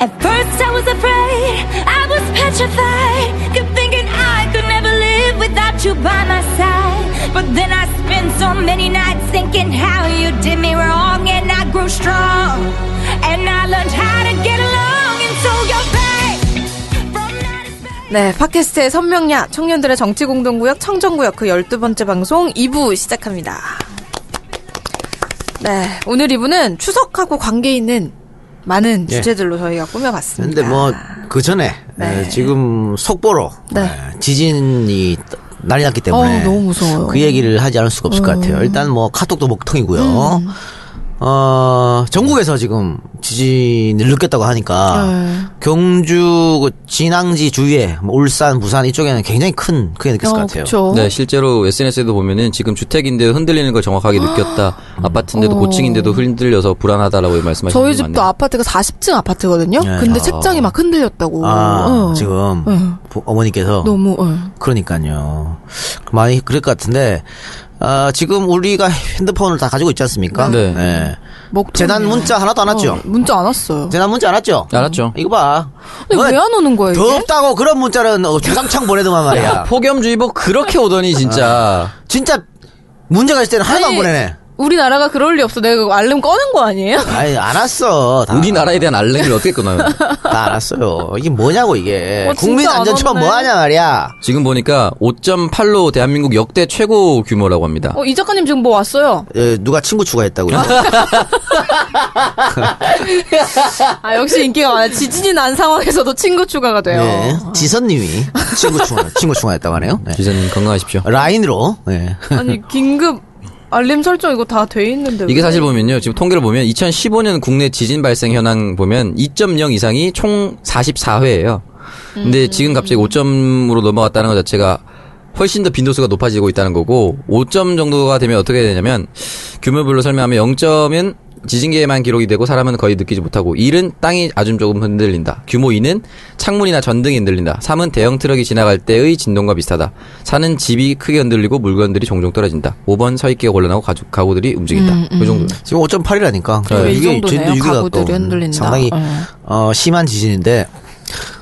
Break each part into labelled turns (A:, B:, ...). A: At first I was afraid, I was petrified, kept thinking I could never live without you by my side. But then I spent so many nights thinking how you did me wrong, and I grew strong, and I learned how to get along, and so you're back from outer space.
B: 네, 팟캐스트의 선명야 청년들의 정치공동구역 청정구역 그 12번째 방송 2부 시작합니다. 네, 오늘 2부는 추석하고 관계 있는 많은
C: 예.
B: 주제들로 저희가 꾸며봤습니다.
C: 근데 뭐 그 전에
B: 네.
C: 에, 지금 속보로
B: 네.
C: 에, 지진이 떠- 난리 났기 때문에
B: 어우, 너무 무서워요. 어.
C: 그 얘기를 하지 않을 수가 없을 것 같아요. 일단 뭐 카톡도 목통이고요.
B: 음.
C: 어, 전국에서 지금 지진을 느꼈다고 하니까
B: 네.
C: 경주 그 진앙지 주위에 뭐 울산, 부산 이쪽에는 굉장히 큰 크게 느꼈을 것 같아요.
B: 어, 그쵸.
D: 네, 실제로 SNS에도 보면은 지금 주택인데 흔들리는 걸 정확하게 느꼈다. 아파트인데도 고층인데도 흔들려서 불안하다라고 말씀하시는
B: 어. 저희
D: 분
B: 집도
D: 많네요.
B: 아파트가 40층 아파트거든요.
C: 예.
B: 근데
C: 아.
B: 책장이 막 흔들렸다고.
C: 아,
B: 어.
C: 지금 부- 어머니께서
B: 너무 어.
C: 그러니까요. 많이 그럴 것 같은데 아, 지금 우리가 핸드폰을 다 가지고 있지 않습니까?
D: 네.
C: 예.
B: 먹통이에요.
C: 재난 문자 하나도 안 왔죠?
B: 어, 문자 안 왔어요.
C: 재난 문자 안 왔죠?
D: 알았죠.
C: 이거 봐.
B: 근데 왜 안 오는 거예요? 이게?
C: 덥다고 그런 문자는 어, 주상창 보내더만
D: 야,
C: 말이야.
D: 폭염주의보 그렇게 오더니
B: 아.
D: 진짜.
C: 진짜 문제가 있을 때는 하나도
B: 아니,
C: 안 보내네.
B: 우리나라가 그럴 리 없어. 내가 그거 알림 꺼낸 거 아니에요?
C: 아니 안 왔어. 다,
D: 우리나라에 대한 알레를 어떻게 끊어요?
C: 다안 왔어요. 이게 뭐냐고 이게.
B: 어, 진짜
C: 국민
B: 안
C: 안전처럼
B: 왔네.
C: 뭐하냐 말이야.
D: 지금 보니까 5.8로 대한민국 역대 최고 규모라고 합니다.
B: 어, 이 작가님 지금 뭐 왔어요?
C: 예, 누가 친구 추가했다고요?
B: 아, 역시 인기가 많아. 지진이 난 상황에서도 친구 추가가 돼요.
C: 예, 지선님이 친구 추가 친구 추가했다고 하네요. 네.
D: 기자님
B: 아,
D: 건강하십시오.
C: 라인으로. 예.
B: 아니, 긴급 알림 설정 이거 다 돼 있는데.
D: 이게 사실 보면요. 지금 통계를 보면 2015년 국내 지진 발생 현황 보면 2.0 이상이 총 44회예요. 근데 지금 갑자기 5점으로 넘어갔다는 것 자체가 훨씬 더 빈도수가 높아지고 있다는 거고 5점 정도가 되면 어떻게 되냐면 규모별로 설명하면 0점은 지진계에만 기록이 되고 사람은 거의 느끼지 못하고 1은 땅이 아주 조금 흔들린다. 규모 2는 창문이나 전등이 흔들린다. 3은 대형 트럭이 지나갈 때의 진동과 비슷하다. 4는 집이 크게 흔들리고 물건들이 종종 떨어진다. 5번 서있기가 곤란하고 가족, 가구들이 움직인다. 그 정도.
C: 지금 5.8이라니까.
B: 네, 이 정도네요. 가구들이 흔들린다.
C: 상당히
B: 네.
C: 어, 심한 지진인데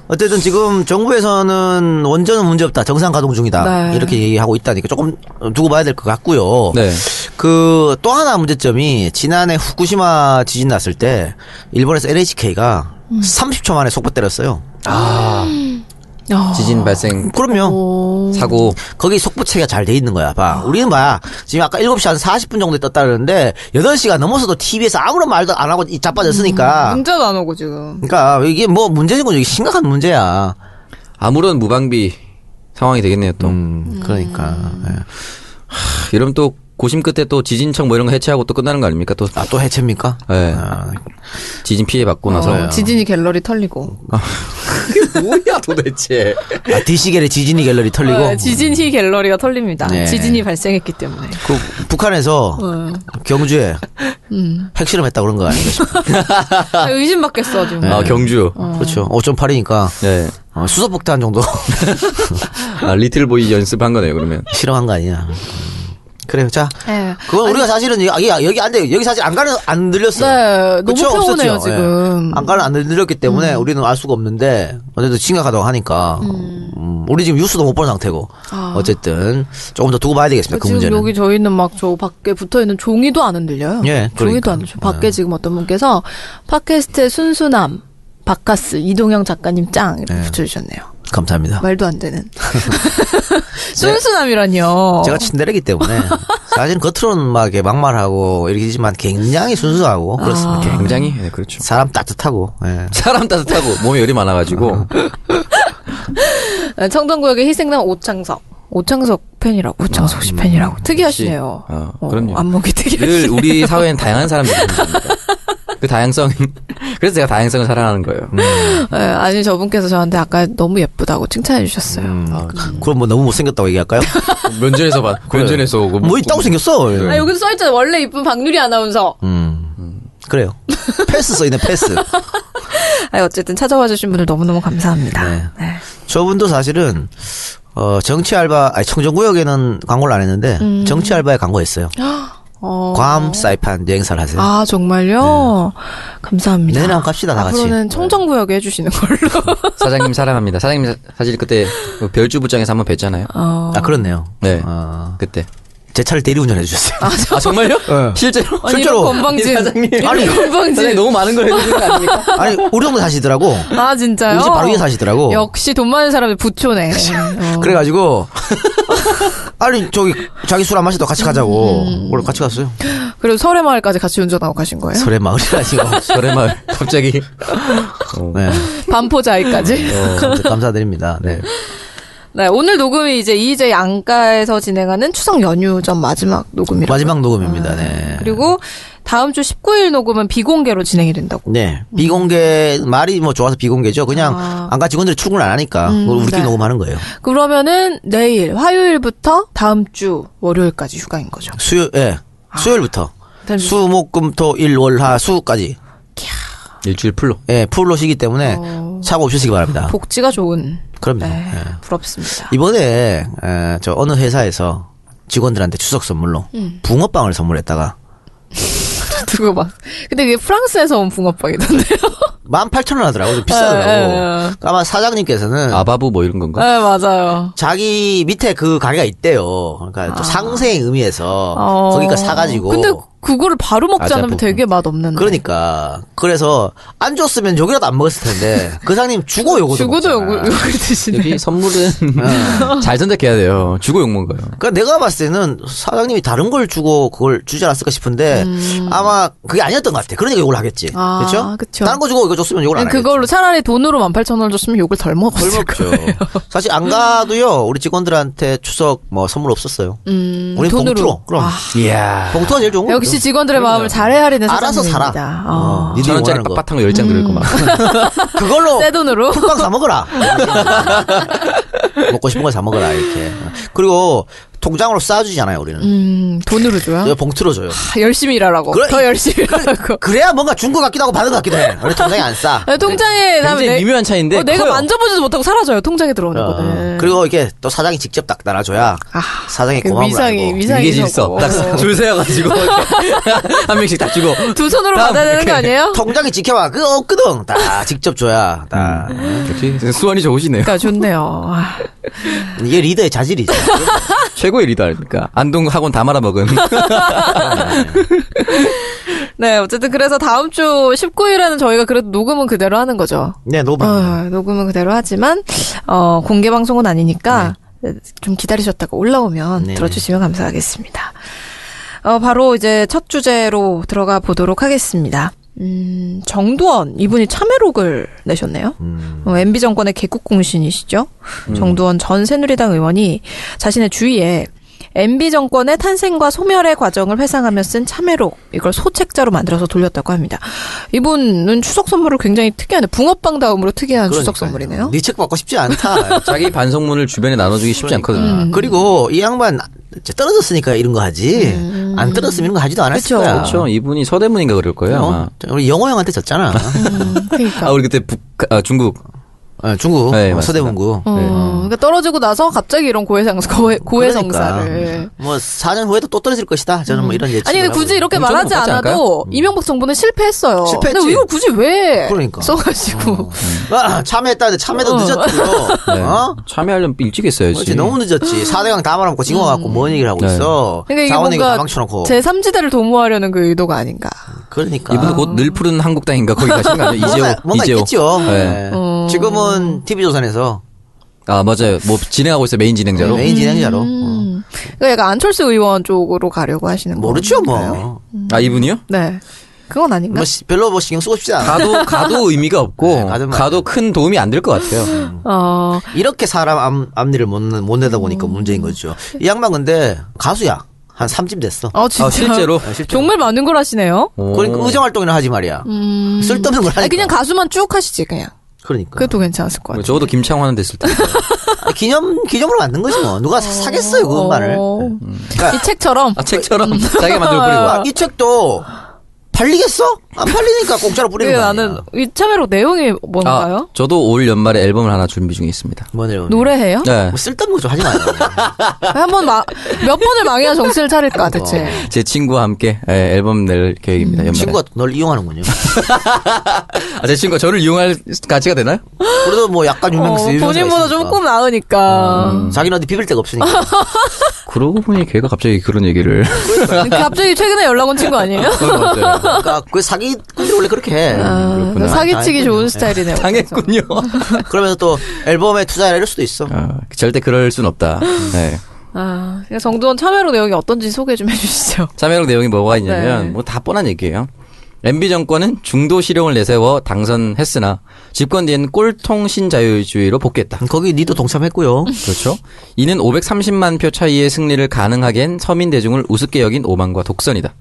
C: 어쨌든 지금 정부에서는 원전은 문제 없다. 정상 가동 중이다.
B: 네.
C: 이렇게 얘기하고 있다니까 조금 두고 봐야 될 것 같고요.
D: 네.
C: 그 또 하나 문제점이 지난해 후쿠시마 지진 났을 때 일본에서 NHK가
B: 음.
C: 30초 만에 속보 때렸어요.
B: 아,
D: 지진 발생
C: 그럼요.
D: 사고
C: 거기 속보 체계가 잘 돼 있는 거야.
B: 아.
C: 봐. 우리는 봐. 지금 아까 7시 한 40분 정도에 떴다 그러는데 8시가 넘어서도 TV에서 아무런 말도 안 하고 이 자빠졌으니까.
B: 문자도 안 오고 지금.
C: 그러니까 이게 뭐 문제인 거죠. 이게 심각한 문제야.
D: 아무런 무방비 상황이 되겠네요 또.
C: 음, 그러니까. 예.
D: 이러면 또 고심 끝에 또 지진청 뭐 이런 거 해체하고 또 끝나는 거 아닙니까? 또
C: 아, 또 해체입니까?
D: 네.
C: 아,
D: 지진 피해 받고
B: 어,
D: 나서
B: 지진이 갤러리 털리고.
D: 뭐야 도대체.
C: 아, 디시겔의 지진이 갤러리 털리고.
B: 어, 지진이 갤러리가 털립니다.
C: 네.
B: 지진이 발생했기 때문에.
C: 그 북한에서
B: 어.
C: 경주에
B: 음.
C: 핵실험했다 그런 거 아닌가 싶어요.
B: 아, 의심받겠어 지금.
C: 네.
D: 아 경주.
C: 그렇죠. 5.8이니까 어,
D: 네.
C: 수소폭탄 정도
D: 아 리틀보이 연습한 거네요 그러면.
C: 실험한 거 아니냐. 음. 그래요. 자,
B: 예.
C: 그건 우리가 사실은 여기, 아, 여기 안 돼. 여기 사실 안 가는 안 들렸어요.
B: 네, 너무 평온해요,
C: 없었죠.
B: 지금. 음.
C: 예. 안 가는 안 들렸기 때문에 우리는 알 수가 없는데 어쨌든 심각하다고 하니까 음, 우리 지금 뉴스도 못 본 상태고 어쨌든 조금 더 두고 봐야 되겠습니다.
B: 아.
C: 그
B: 지금
C: 문제는.
B: 여기 저희는 막 저 밖에 붙어 있는 종이도 안 흔들려요.
C: 예,
B: 종이도
C: 그러니까.
B: 안 흔들려. 밖에 지금 어떤 분께서 팟캐스트의 순수남 바카스 이동영 작가님 짱 이렇게 붙여주셨네요.
C: 감사합니다.
B: 말도 안 되는 순수남이라뇨.
C: 네. 제가 친데레기 때문에 사실 겉으로는 막 이렇게 막말하고 이렇게 하지만 굉장히 순수하고
B: 아.
C: 그렇습니다.
D: 굉장히 네, 그렇죠.
C: 사람 따뜻하고 예.
D: 사람 따뜻하고 몸에 열이 많아가지고
B: 네, 청동구역의 희생남 오창석. 오창석 팬이라고 오창석 씨 팬이라고 특이하시네요.
D: 역시. 어, 그럼요.
B: 안목이 특이하시네요.
D: 늘 우리 사회엔 다양한 사람들이 있습니다. 그 다양성 그래서 제가 다양성을 사랑하는 거예요.
B: 네, 아니 저분께서 저한테 아까 너무 예쁘다고 칭찬해 주셨어요.
C: 그럼 뭐 너무 못생겼다고 얘기할까요?
D: 면전에서 봐. 면전에서 오고
C: 뭐 있다고 생겼어.
B: 아 여기도 써있잖아요. 원래 이쁜 박누리 아나운서.
C: 음. 그래요.
B: 음.
C: 패스 써있네 패스.
B: 아 어쨌든 찾아와 주신 분들 너무너무 감사합니다.
C: 네.
B: 네.
C: 저분도
B: 음.
C: 사실은 어 정치 알바 아니 청정구역에는 광고를 안 했는데 정치 알바에 광고했어요.
B: 어.
C: 괌 사이판 여행사를 하세요.
B: 아, 정말요? 감사합니다.
C: 내년 한번 갑시다, 다 같이.
B: 앞으로는 청정구역에 해주시는 걸로.
D: 사장님 사랑합니다. 사장님 사- 사실 그때 그 별주부장에서 한번 뵀잖아요.
B: 어.
C: 아, 그렇네요.
D: 네.
C: 아,
D: 그때.
C: 제 차를 대리운전 해주셨어요.
D: 아 정말요? 실제로?
B: 아니,
C: 실제로.
B: 이런 건방진.
D: 이 사장님.
B: 아니,
D: 사장님
B: 건방진.
D: 너무 많은 걸 해주신 거 아닙니까?
C: 아니, 우리 동네 사시더라고.
B: 아, 진짜요?
C: 우리 집 바로 위에 사시더라고.
B: 역시 돈 많은 사람이 부초네. 어.
C: 그래가지고 아니 저기 자기 술 안 마시다 같이 가자고
B: 음.
C: 오늘 같이 갔어요
B: 그리고 설의 마을까지 같이 운전하고 가신 거예요?
C: 아, 설의 마을이라지고
D: 저래 말 갑자기. 어.
C: 네 어,
B: 반포자이까지?
C: 아무튼 감사드립니다 네
B: 네, 오늘 녹음이 이제 이제 양가에서 진행하는 추석 연휴 전 마지막 녹음이라고.
C: 마지막 녹음입니다 네
B: 아, 그리고 다음 주 19일 녹음은 비공개로 진행이 된다고.
C: 네 비공개 말이 뭐 좋아서 비공개죠 그냥 아.
B: 아.
C: 안가 직원들이 출근 안 하니까 그걸 우리끼리
B: 네.
C: 녹음하는 거예요
B: 그러면은 내일 화요일부터 다음 주 월요일까지 휴가인 거죠.
C: 수요 예
B: 아.
C: 수요일부터
B: 다음 주-
C: 수목금토일월하 수까지
D: 일주일 풀로.
C: 예 풀로 쉬기 때문에 사고 없으시기 바랍니다
B: 어. 복지가 좋은.
C: 그럼요
B: 네,
C: 예.
B: 부럽습니다.
C: 이번에 에, 저 어느 회사에서 직원들한테 추석 선물로
B: 음.
C: 붕어빵을 선물했다가
B: 두고 막. 근데 그게 프랑스에서 온 붕어빵이던데요.
C: 18,000원 하더라고. 좀
B: 예, 예,
C: 비싸더라고.
B: 예.
C: 아마 사장님께서는
D: 아바부 뭐 이런 건가?
B: 네, 맞아요.
C: 자기 밑에 그 가게가 있대요. 그러니까 또 상생의 의미에서
B: 아. 어.
C: 거기까 사가지고.
B: 근데 그거를 바로 먹지
D: 맞아,
B: 않으면
D: 부분.
B: 되게 맛없는데.
C: 그러니까 그래서 안 줬으면 저기라도 안 먹었을 텐데 그 사장님 주고 요거도
B: 죽어도
C: 먹잖아.
B: 요거, 요걸 드시네.
D: 여기 선물은 잘 선택해야 돼요. 주고 욕 먹어요.
C: 그러니까 내가 봤을 때는 사장님이 다른 걸 주고 그걸 주지 않았을까 싶은데 아마 그게 아니었던 것 같아. 그러니까 욕을 하겠지.
B: 음. 아,
C: 그렇죠?
B: 그쵸.
C: 다른 거 주고 이거 줬으면 욕을 안 하겠지.
B: 그걸로 차라리 돈으로 18,000원을 줬으면 욕을 덜 먹었을 음.
C: 덜 먹죠. 사실 안 가도요. 우리 직원들한테 추석 뭐 선물 없었어요.
B: 음,
C: 우리
B: 돈으로.
C: 봉투로. 그럼
D: 이야.
C: 봉투가 제일 좋은 거.
B: 역시 직원들의 마음을 잘 헤아리는
C: 알아서
B: 사장님입니다.
C: 살아.
B: 어.
C: 어, 니들이
D: 천 원짜리
C: 원하는 거.
D: 빳빳한 거 열 장 들고 막.
C: 그걸로
B: 새 돈으로.
C: 국밥 사 먹어라. 먹고 싶은 걸 사 먹어라 이렇게. 그리고 통장으로 쌓아주잖아요 우리는.
B: 음, 돈으로 줘요?
C: 그래서 봉투로 줘요.
B: 아, 열심히 일하라고.
C: 그래.
B: 더 열심히 일하라고.
C: 그래야 뭔가 준 것 같기도 하고 받은 것 같기도 해. 우리 통장에 안 싸.
B: 네, 통장에 다음에
D: 굉장히 미묘한 차인데
B: 어, 내가
D: 커요.
B: 만져보지도 못하고 사라져요. 통장에 들어오는
C: 어,
B: 거는.
C: 그리고 이게 또 사장이 직접 딱 날아줘야
B: 네. 아,
C: 사장의
B: 그
C: 고마움을
B: 위상이,
C: 알고.
B: 위상이
D: 이게 질서.
B: 있었고.
D: 딱줄 세워가지고 이렇게 한 명씩 다 주고.
B: 두 손으로
D: 다음
B: 받아야 되는 거
D: 이렇게.
B: 아니에요?
C: 통장이 지켜봐. 그 없거든. 다 직접 줘야. 다.
B: 음.
D: 역시 수완이 좋으시네요.
B: 그러니까 좋네요. 아,
C: 이게 리더의 자질이죠.
D: 최고의 리더 아닙니까? 안동 학원 다 말아먹은.
B: 네, 어쨌든 그래서 다음 주 19일에는 저희가 그래도 녹음은 그대로 하는 거죠.
C: 네, 노바.
B: 어, 녹음은 그대로 하지만 어, 공개 방송은 아니니까 좀 기다리셨다가 올라오면
C: 네.
B: 들어주시면 감사하겠습니다. 어, 바로 이제 첫 주제로 들어가 보도록 하겠습니다. 음, 정두원 이분이 참여록을 내셨네요. 어, MB 정권의 개국 공신이시죠. 정두원 전 새누리당 의원이 자신의 주위에 MB 정권의 탄생과 소멸의 과정을 회상하며 쓴 참회록 이걸 소책자로 만들어서 돌렸다고 합니다. 이분은 추석 선물을 굉장히 특이한 붕어빵 다음으로 특이한 추석 선물이네요.
C: 니책 받고 싶지 않다.
D: 자기 반성문을 주변에 나눠주기 쉽지 않거든요.
C: 음.
B: 음.
C: 그리고 이 양반 이제 떨어졌으니까 이런 거 하지. 안 떨어졌으면 이런 거 하지도 않았을
B: 음. 그쵸.
C: 거야.
D: 그렇죠. 이분이 서대문인가 그럴 거예요. 아마.
C: 어? 우리 영호 형한테 졌잖아.
B: 그러니까.
D: 아 우리 그때 북 아, 중국
C: 어, 중국
D: 네,
C: 어,
D: 맞습니다.
C: 서대문구.
B: 어, 그러니까 떨어지고 나서 갑자기 이런 고해상 고해, 고해성사를. 음.
C: 그러니까. 뭐 4년 후에도 또 떨어질 것이다. 저는 뭐 이런 예측.
B: 아니 근데 굳이 이렇게
D: 엄청
B: 말하지
D: 높았지 않을까요?
B: 않아도 이명박 정부는 실패했어요.
C: 음. 실패했지.
B: 근데 이걸 굳이 왜
C: 그러니까.
B: 써가지고
C: 아, 참여했다는데
B: 어.
C: 참여도 늦었죠.
D: 네.
C: 어?
D: 참여하려면 일찍 했어야지.
C: 그렇지 너무 늦었지. 4대강 다 말아먹고 징어 갖고 뭔 얘기를 하고
D: 네.
C: 있어.
B: 음. 그러니까 이게
C: 자원에게 다
B: 뭔가
C: 망쳐놓고.
B: 제 3지대를 도모하려는 그 의도가 아닌가.
C: 그러니까.
D: 이분도 곧 늘 푸른 한국당인가 거기 가시는 거 아니에요? 이재호.
C: 뭔가, 뭔가
D: 이재호.
C: 있겠죠.
D: 네.
C: 네.
B: 어.
C: 지금은 TV조선에서
D: 아 맞아요. 뭐 진행하고 있어요 메인 진행자로.
C: 메인
B: 음.
C: 진행자로. 어.
B: 그러니까 약간 안철수 의원 쪽으로 가려고 하시는 거.
C: 모르죠 뭐.
D: 아 이분이요?
B: 네. 그건 아닌가?
C: 뭐 시- 별로 뭐 신경 쓰고 싶지 않아.
D: 가도 가도 의미가 없고
C: 네, 음. 가도
D: 가도,
C: 뭐-
D: 큰 도움이 안 될 것 같아요.
B: 어,
C: 이렇게 사람 앞, 앞니를 못, 못 내다보니까
B: 음.
C: 문제인 거죠. 이 양반 근데 가수야. 한 3집 됐어.
B: 아, 진짜.
D: 아, 실제로
C: 아, 실제로.
B: 정말 많은 걸 하시네요.
C: 그러니까 의정활동이나 하지 말이야. 쓸데없는 걸 하니까.
B: 음. 아니, 그냥 가수만 쭉 하시지, 그냥.
C: 그러니까.
B: 그것도 괜찮았을 것 같아요.
D: 적어도 김창완은 됐을 때.
C: 아, 기념, 기념으로 만든 거지 뭐. 누가 사- 사겠어요, 그 음반을.
B: 어.
C: 그러니까
B: 이 책처럼.
D: 아 책처럼 자기가 만들어 버리고.
C: 이 책도 아, 팔리겠어? 안 팔리니까 공짜로 뿌리는
B: 왜
C: 거야.
B: 그 네, 나는 이참회로 내용이 뭔가요?
D: 아, 저도 올 연말에 앨범을 하나 준비 중에 있습니다.
C: 뭐냐?
B: 노래해요?
D: 네.
C: 뭐 쓸데없는 거 좀 하지 마요.
B: 한번 막, 몇 번을 망해야 정신을 차릴까, 대체.
D: 제 친구와 함께 예, 앨범 낼 계획입니다. 연말에.
C: 음, 친구가 널 이용하는군요.
D: 아, 제 친구가 저를 이용할 가치가 되나요?
C: 그래도 뭐 약간
B: 어,
C: 유명세 유명세가
B: 본인보다
C: 있으니까.
B: 조금 나으니까.
C: 음, 자기는 어디 비빌 데가 없으니까.
D: 그러고 보니 걔가 갑자기 그런 얘기를.
B: 그러니까 갑자기 최근에 연락 온 친구 아니에요?
C: 그러니까 그 사기꾼들이 원래 그렇게 해.
B: 아,
D: 그렇구나.
B: 사기치기
C: 아,
B: 좋은 스타일이네요.
D: 당했군요.
C: 그러면서 또 앨범에 투자를 할 수도 있어.
D: 아, 절대 그럴 순 없다. 네.
B: 아, 그러니까 정두원 참여로 내용이 어떤지 소개 좀 해주시죠.
D: 참여록 내용이 뭐가 있냐면
B: 네.
D: 뭐 다 뻔한 얘기예요. MB 정권은 중도 실용을 내세워 당선했으나 집권 뒤엔 꼴통 신자유주의로 복귀했다.
C: 거기 니도 동참했고요.
B: 음.
D: 그렇죠. 이는 530만 표 차이의 승리를 가능하게 한 서민 대중을 우습게 여긴 오만과 독선이다.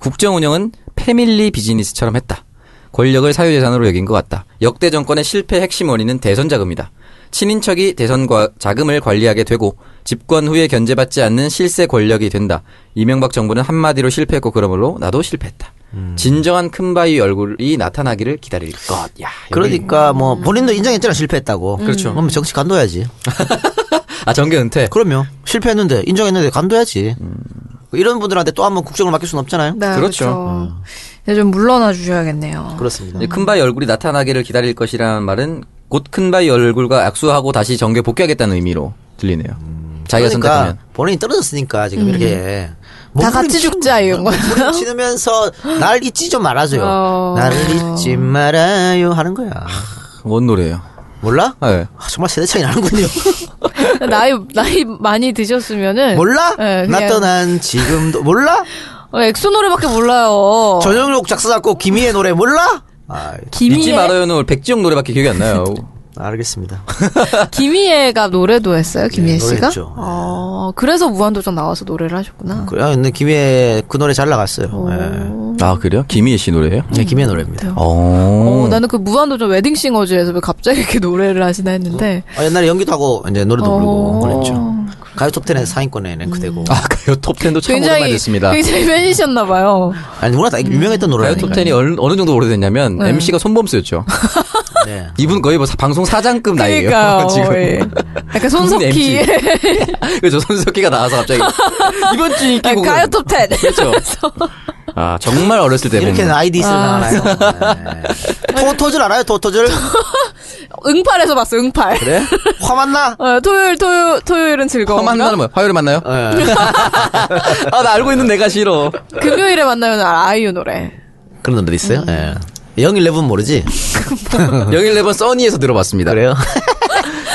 D: 국정 운영은 패밀리 비즈니스처럼 했다. 권력을 사유재산으로 여긴 것 같다. 역대 정권의 실패 핵심 원인은 대선 자금이다. 친인척이 대선 과 자금을 관리하게 되고 집권 후에 견제받지 않는 실세 권력이 된다. 이명박 정부는 한마디로 실패했고 그러므로 나도 실패했다. 진정한 큰 바위 얼굴이 나타나기를 기다릴 것. 야, 여기-
C: 그러니까 뭐 본인도 인정했잖아 실패했다고.
D: 그렇죠.
C: 그럼 정치 간둬야지.
D: 아 정계 은퇴.
C: 그럼요. 실패했는데 인정했는데 간둬야지. 이런 분들한테 또 한 번 국정을 맡길 수는 없잖아요.
B: 네,
D: 그렇죠.
C: 어.
B: 이제 좀 물러나 주셔야겠네요.
C: 그렇습니다.
D: 이제 큰 바위 얼굴이 나타나기를 기다릴 것이라는 말은 곧 큰 바위 얼굴과 악수하고 다시 정계 복귀하겠다는 의미로 들리네요. 자기가
C: 그러니까
D: 선택하면.
C: 본인이 떨어졌으니까 지금 이렇게 뭐
B: 다 같이 죽자, 이런 거.
C: 치면서 날 잊지 좀 말아줘요.
B: 어.
C: 나를 잊지 말아요 하는 거야.
D: 뭔 노래예요?
C: 몰라?
D: 네.
C: 아, 정말 세대 차이 나는군요.
B: 나이, 나이 많이 드셨으면은.
C: 뭐 몰라?
B: 예,
C: 나
B: 그냥
C: 떠난 지금도 몰라?
B: 어, 엑소 노래밖에 몰라요.
C: 전영록 작사 작곡 김희애 노래 몰라? 아,
D: 잊지
B: 김희애,
D: 말아요는 백지영 노래밖에 기억이 안 나요.
C: 알겠습니다.
B: 김희애가 노래도 했어요, 김희애
C: 네,
B: 씨가?
C: 노래했죠.
B: 어, 그래서 무한도전 나와서 노래를 하셨구나.
C: 그래, 아, 근데 김희애 그 노래 잘 나갔어요. 예.
D: 아 그래요? 김희애 씨 노래예요?
C: 네, 김희애 노래입니다.
D: 어.
B: 어, 나는 그 무한도전 웨딩싱어즈에서 왜 갑자기 이렇게 노래를 하시나
D: 어?
B: 했는데.
C: 아, 옛날에 연기도 하고 이제 노래도 부르고
B: 어.
C: 그랬죠. 가요 톱10에 상위권에 랭크되고.
B: 음.
D: 아 가요 톱텐도 참 오랜만에
B: 굉장히,
D: 됐습니다.
B: 굉장히 팬이셨나봐요.
C: 아니 누구나 다 유명했던 노래.
D: 가요 톱텐이 어느, 어느 정도 오래됐냐면
B: 네.
D: MC가 손범수였죠.
C: 네.
D: 이분 거의 뭐 사- 방송 사장급 나이에요.
B: 그러니까요.
D: 지금.
B: 예. 약간 손석희.
D: MC. 그래서 손석희가 나와서 갑자기 이번 주 인기
B: 아,
D: 곡은-
B: 가요 톱10.
D: 그렇죠. 아 정말 어렸을 때
C: 이렇게
D: 보면
C: 아이디 있을 아. 알아요. 네. 토토즐 알아요? 토토즐?
B: 응팔에서 봤어, 응팔.
C: 그래?
D: 네?
C: 화 맞나?
B: 어, 토요일, 토요, 토요일은 즐거운.
D: 어, 만나는 뭐야? 화요일에 만나요?
C: 예.
D: 아, 나 알고 있는 내가 싫어.
B: 금요일에 만나면 아이유 노래.
C: 그런 노래 있어요? 예. 영일레븐 모르지?
D: 영일레븐 써니에서 들어봤습니다.
C: 그래요?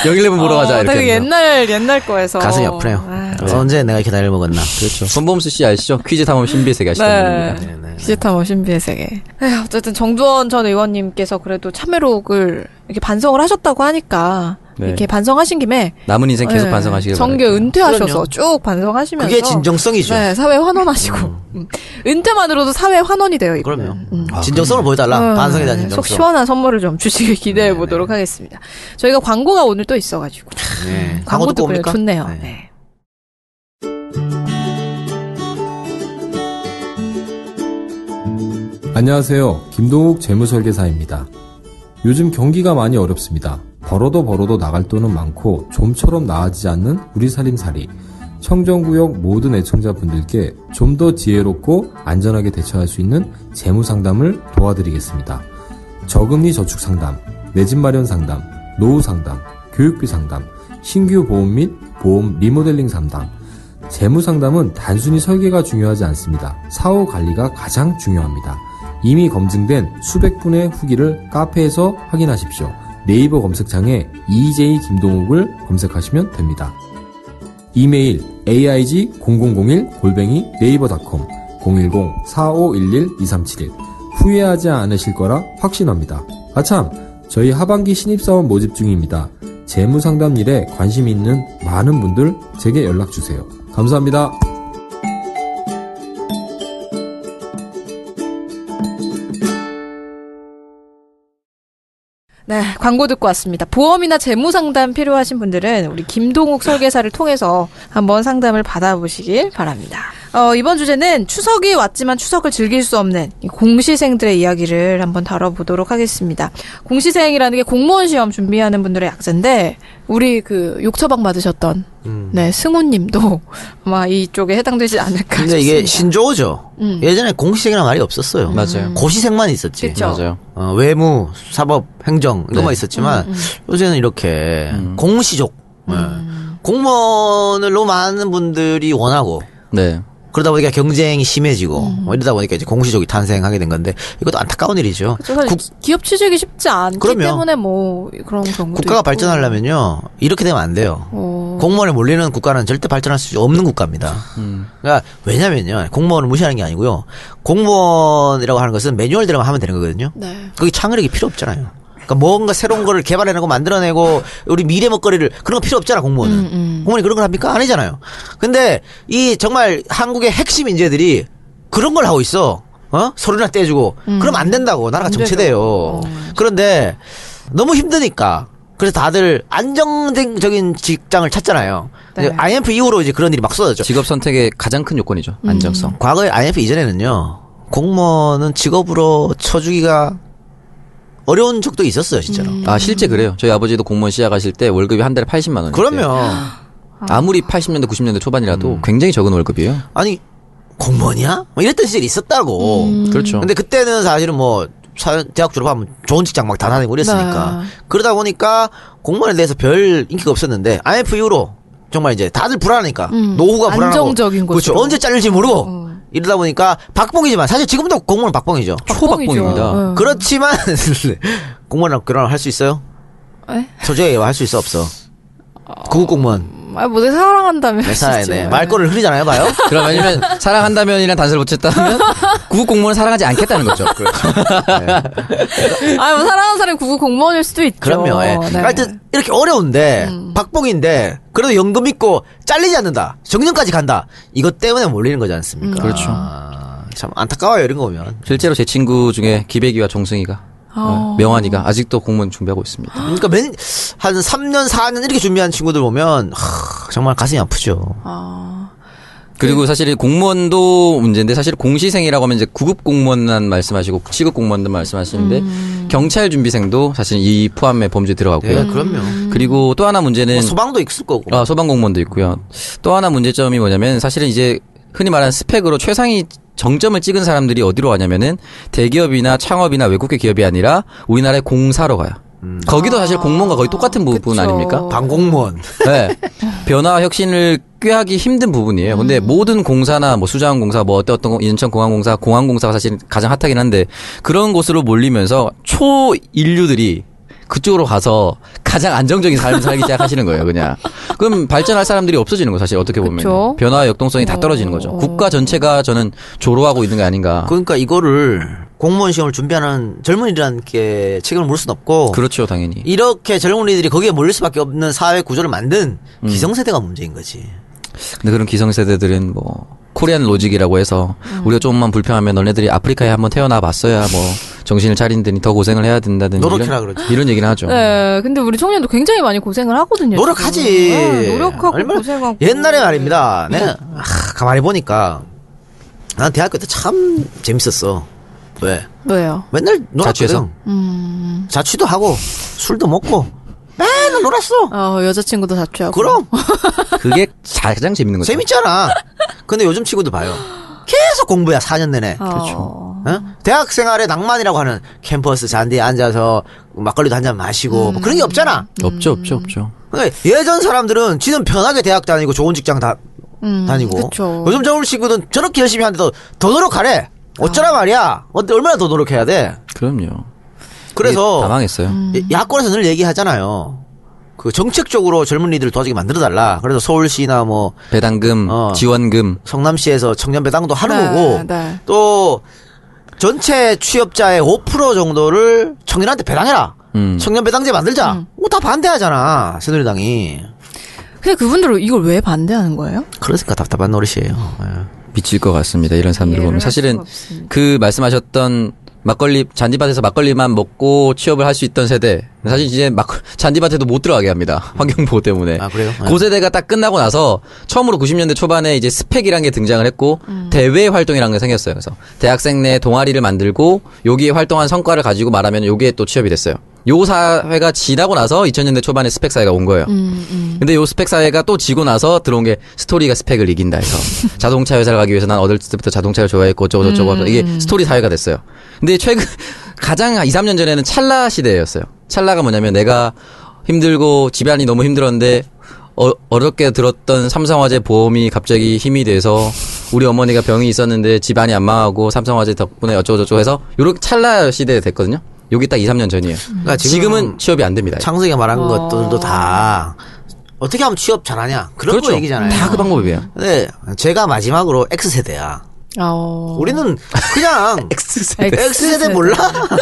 D: 영일레븐 보러 가자
B: 어,
D: 이렇게.
B: 되게
D: 해서.
B: 옛날, 옛날 거에서.
C: 가슴이 아프네요.
B: 아,
C: 그래서 언제 내가 이렇게 나이를 먹었나?
D: 그렇죠. 손범수 씨 아시죠? 퀴즈 탐험 신비의 세계 아시죠?
B: 네.
D: 네.
B: 기지탐험 신비의 세계. 에휴, 어쨌든 정두원 전 의원님께서 그래도 참여록을 이렇게 반성을 하셨다고 하니까
D: 네.
B: 이렇게 반성하신 김에
D: 남은 인생 네, 계속
B: 예,
D: 반성하시길
B: 정교
D: 바랍니다.
B: 은퇴하셔서
C: 그럼요.
B: 쭉 반성하시면서
C: 그게 진정성이죠.
B: 네, 사회 환원하시고 음. 은퇴만으로도 사회 환원이 돼요. 이분은.
C: 그럼요.
D: 아,
C: 진정성을 보여달라.
B: 음,
C: 반성에 대한
B: 네,
C: 진정성.
B: 속 시원한 선물을 좀
C: 네,
B: 주시길 기대해 보도록 하겠습니다. 저희가 광고가 오늘 또 있어가지고
C: 네.
B: 광고
C: 광고 듣고
B: 듣고
C: 옵니까?
B: 좋네요.
C: 네.
B: 네.
E: 안녕하세요. 김동욱 재무설계사입니다. 요즘 경기가 많이 어렵습니다. 벌어도 벌어도 나갈 돈은 많고 좀처럼 나아지지 않는 우리 살림살이. 청정구역 모든 애청자분들께 좀 더 지혜롭고 안전하게 대처할 수 있는 재무 상담을 도와드리겠습니다. 저금리 저축 상담, 내 집 마련 상담, 노후 상담, 교육비 상담, 신규 보험 및 보험 리모델링 상담. 재무 상담은 단순히 설계가 중요하지 않습니다. 사후 관리가 가장 중요합니다. 이미 검증된 수백 분의 후기를 카페에서 확인하십시오. 네이버 검색창에 EJ 김동욱을 검색하시면 됩니다. 이메일 aig0001골뱅이 네이버닷컴 010-4511-2371 후회하지 않으실 거라 확신합니다. 아참! 저희 하반기 신입사원 모집 중입니다. 재무상담 일에 관심 있는 많은 분들 제게 연락주세요. 감사합니다.
B: 네, 광고 듣고 왔습니다. 보험이나 재무 상담 필요하신 분들은 우리 김동욱 설계사를 통해서 한번 상담을 받아보시길 바랍니다. 어, 이번 주제는 추석이 왔지만 추석을 즐길 수 없는 이 공시생들의 이야기를 한번 다뤄보도록 하겠습니다. 공시생이라는 게 공무원 시험 준비하는 분들의 약자인데, 우리 그 욕처방 받으셨던,
C: 음.
B: 네, 승우님도 아마 이쪽에 해당되지 않을까.
C: 근데 이게
B: 싶습니다. 음.
C: 신조어죠. 예전에 공시생이란 말이 없었어요.
D: 맞아요.
C: 고시생만 있었지.
B: 그쵸.
D: 맞아요.
C: 어, 외무, 사법, 행정 이것만
D: 네.
B: 음,
D: 음.
C: 있었지만 요새는 이렇게 공시족 예.
B: 음.
C: 공무원으로 많은 분들이 원하고
D: 네.
C: 그러다 보니까 경쟁이 심해지고
B: 음.
C: 뭐 이러다 보니까 이제 공시족이 탄생하게 된 건데 이것도 안타까운 일이죠.
B: 저 그렇죠. 사실
C: 국,
B: 기업 취직이 쉽지 않기
C: 그럼요.
B: 때문에 뭐 그런 경우도
C: 국가가
B: 있고.
C: 발전하려면요 이렇게 되면 안 돼요.
B: 어,
C: 공무원에 몰리는 국가는 절대 발전할 수 없는 국가입니다.
B: 음.
C: 그러니까 왜냐면요 공무원을 무시하는 게 아니고요 공무원이라고 하는 것은 매뉴얼대로 하면 되는 거거든요.
B: 네.
C: 거기 창의력이 필요 없잖아요. 그러니까 뭔가 새로운 거를 개발해내고 만들어내고 우리 미래 먹거리를 그런 거 필요 없잖아 공무원은.
B: 음,
C: 공무원이 그런 걸 합니까? 아니잖아요. 근데 이 정말 한국의 핵심 인재들이 그런 걸 하고 있어. 어? 서류나 떼주고 그럼 음. 안 된다고 나라가
B: 되죠.
C: 정체돼요.
B: 어.
C: 그런데 너무 힘드니까 그래서 다들 안정적인 직장을 찾잖아요.
B: 네.
C: 근데 IMF 이후로 이제 그런 일이 막 쏟아져.
D: 직업 선택의 가장 큰 요건이죠.
B: 음.
D: 안정성.
C: 과거에 IMF 이전에는요 공무원은 직업으로 쳐주기가 어려운 적도 있었어요 진짜로.
B: 음.
D: 아 실제 그래요. 저희 아버지도 공무원 시작하실 때 월급이 한 달에 80만 원.
C: 그러면
D: 아무리 80년대 90년대 초반이라도 굉장히 적은 월급이에요.
B: 음.
C: 아니 공무원이야? 뭐 이랬던 시절이 있었다고.
D: 그렇죠.
C: 근데 그때는 사실은 뭐 사- 대학 졸업하면 좋은 직장 막 다 다니고 이랬으니까
B: 네.
C: 그러다 보니까 공무원에 대해서 별 인기가 없었는데 IMF 이후로 정말 이제 다들 불안하니까 노후가 불안하고
B: 음, 안정적인
C: 그렇죠.
B: 곳으로. 어.
C: 언제 잘릴지 모르고 이러다 보니까 박봉이지만 사실 지금도 공무원 박봉이죠.
B: 박봉이죠.
D: 초박봉입니다.
B: 어.
C: 그렇지만 공무원이랑 결혼을 할 수 있어요?
B: 에?
C: 도저히 할수 있어 없어. 구급 공무원
B: 아, 뭐, 내 사랑한다면.
C: 내 사에
B: 하시지.
C: 네. 말거를 흐리잖아요, 봐요.
D: 그럼 아니면 사랑한다면이란 단서를 붙였다면 구급 공무원 사랑하지 않겠다는 거죠.
B: 아, 뭐, 사랑하는 사람이 구급 공무원일 수도 있죠.
C: 그럼요. 예.
B: 네.
C: 하여튼 이렇게 어려운데 박봉인데 그래도 연금 있고 잘리지 않는다. 정년까지 간다. 이것 때문에 몰리는 거지 않습니까?
D: 그렇죠.
C: 아, 참 안타까워요 이런 거 보면.
D: 실제로 제 친구 중에 기백이와 정승이가 어, 명환이가 아직도 공무원 준비하고 있습니다.
C: 그러니까 맨, 한 3년 4년 이렇게 준비한 친구들 보면 하, 정말 가슴이 아프죠.
D: 그리고
B: 네.
D: 사실 이 공무원도 문제인데 사실 공시생이라고 하면 이제 구급 공무원만 말씀하시고 시급 공무원도 말씀하시는데
B: 음.
D: 경찰 준비생도 사실 이 포함의 범주에 들어가고요.
C: 예,
B: 네.
C: 그럼요.
D: 그리고 또 하나 문제는
C: 뭐 음. 소방도 있을 거고.
D: 아, 소방공무원도 있고요. 또 하나 문제점이 뭐냐면 사실은 이제 흔히 말하는 스펙으로 최상위 정점을 찍은 사람들이 어디로 가냐면은 대기업이나 창업이나 외국계 기업이 아니라 우리나라의 공사로 가요.
C: 음.
D: 거기도 사실 공무원과 거의 똑같은 부분
B: 아. 그쵸.
D: 아닙니까?
C: 방공무원.
D: 네. 변화와 혁신을 꾀하기 힘든 부분이에요. 근데
B: 음.
D: 모든 공사나 뭐 수자원공사 뭐 어떤 어떤 인천공항공사, 공항공사가 사실 가장 핫하긴 한데 그런 곳으로 몰리면서 초인류들이 그쪽으로 가서 가장 안정적인 삶을 살기 시작하시는 거예요, 그냥. 그럼 발전할 사람들이 없어지는 거 사실 어떻게
B: 그쵸.
D: 보면 변화와 역동성이 다 떨어지는 거죠. 국가 전체가 저는 조로하고 있는 게 아닌가.
C: 그러니까 이거를 공무원 시험을 준비하는 젊은이들한테 이렇게 책임을 물을 순 없고.
D: 그렇죠, 당연히.
C: 이렇게 젊은이들이 거기에 몰릴 수밖에 없는 사회 구조를 만든 기성세대가 문제인 거지.
D: 근데 그런 기성세대들은 뭐 코리안 로직이라고 해서 우리가 조금만 불평하면 너네들이 아프리카에 한번 태어나 봤어야 뭐 정신을 차린다니 더 고생을 해야 된다든지
C: 노력해라
D: 이런,
C: 그러지.
D: 이런 얘기는 하죠.
B: 네, 근데 우리 청년도 굉장히 많이 고생을 하거든요.
C: 노력하지.
B: 지금. 네, 예, 노력하고
C: 얼마나-
B: 고생하고. 네.
C: 옛날에 말입니다. 내가 아, 가만히 보니까 난 대학교 때 참 재밌었어. 왜?
B: 왜요?
C: 맨날
D: 자취해서?
C: 놀았거든.
B: 음.
C: 자취도 하고 술도 먹고 맨날 놀았어.
B: 어, 여자친구도 자취하고.
C: 그럼
D: 그게 가장 재밌는 거죠.
C: 재밌잖아. 근데 요즘 친구들 봐요. 계속 공부야 4년 내내.
B: 그렇죠.
C: 어? 대학 생활의 낭만이라고 하는 캠퍼스 잔디에 앉아서 막걸리도 한 잔 마시고 뭐 그런 게
B: 음.
C: 없잖아.
D: 없죠, 없죠, 없죠.
C: 그러니까 예전 사람들은 지는 편하게 대학 다니고 좋은 직장 다 다니고
B: 음, 그쵸.
C: 요즘 젊은 친구들은 저렇게 열심히 하는데도 더 노력하래.
B: 아.
C: 어쩌라 말이야. 어, 얼마나 더 노력해야 돼.
D: 그럼요. 이게 다
C: 그래서 예,
D: 망했어요.
B: 음.
C: 야- 야권에서 늘 얘기하잖아요. 그 정책적으로 젊은이들을 도와주게 만들어 달라. 그래서 서울시나 뭐
D: 배당금,
C: 어.
D: 지원금.
C: 성남시에서 청년 배당도 하는
B: 네,
C: 거고
B: 네.
C: 또 전체 취업자의 5% 정도를 청년한테 배당해라.
D: 음.
C: 청년 배당제 만들자. 뭐 다 반대하잖아. 새누리당이.
B: 근데 그분들은 이걸 왜 반대하는 거예요?
C: 그러니까 답답한 노릇이에요. 예.
D: 미칠 것 같습니다. 이런 사람들 을
B: 이해를
D: 보면
B: 할
D: 사실은
B: 수가 없습니다.
D: 그 말씀하셨던 막걸리 잔디밭에서 막걸리만 먹고 취업을 할 수 있던 세대 사실 이제 막 잔디밭에도 못 들어가게 합니다 환경 보호 때문에
C: 아, 그래요? 네.
D: 그 세대가 딱 끝나고 나서 처음으로 90년대 초반에 이제 스펙이란 게 등장을 했고 대외 활동이라는 게 생겼어요 그래서 대학생 내 동아리를 만들고 여기에 활동한 성과를 가지고 말하면 여기에 또 취업이 됐어요 요 사회가 지나고 나서 2000년대 초반에 스펙 사회가 온 거예요 근데 요 스펙 사회가 또 지고 나서 들어온 게 스토리가 스펙을 이긴다 해서 자동차 회사를 가기 위해서 난 어릴 때부터 자동차를 좋아했고 어쩌고 저쩌고 하고 이게 스토리 사회가 됐어요. 근데 최근 가장 2, 3년 전에는 찰나 시대였어요. 찰나가 뭐냐면 내가 힘들고 집안이 너무 힘들었는데 어, 어렵게 들었던 삼성화재 보험이 갑자기 힘이 돼서 우리 어머니가 병이 있었는데 집안이 안 망하고 삼성화재 덕분에 어쩌고저쩌고 해서 요렇게 찰나 시대 됐거든요. 요게 딱 2, 3년 전이에요.
C: 그러니까 지금
D: 지금은 취업이 안 됩니다.
C: 창석이가 말한
B: 어.
C: 것들도 다 어떻게 하면 취업 잘하냐 그런 거 얘기잖아요.
D: 다 그 방법이에요.
C: 네, 제가 마지막으로 X 세대야.
B: 어.
C: 우리는 그냥
D: X세대.
C: X 세대 몰라?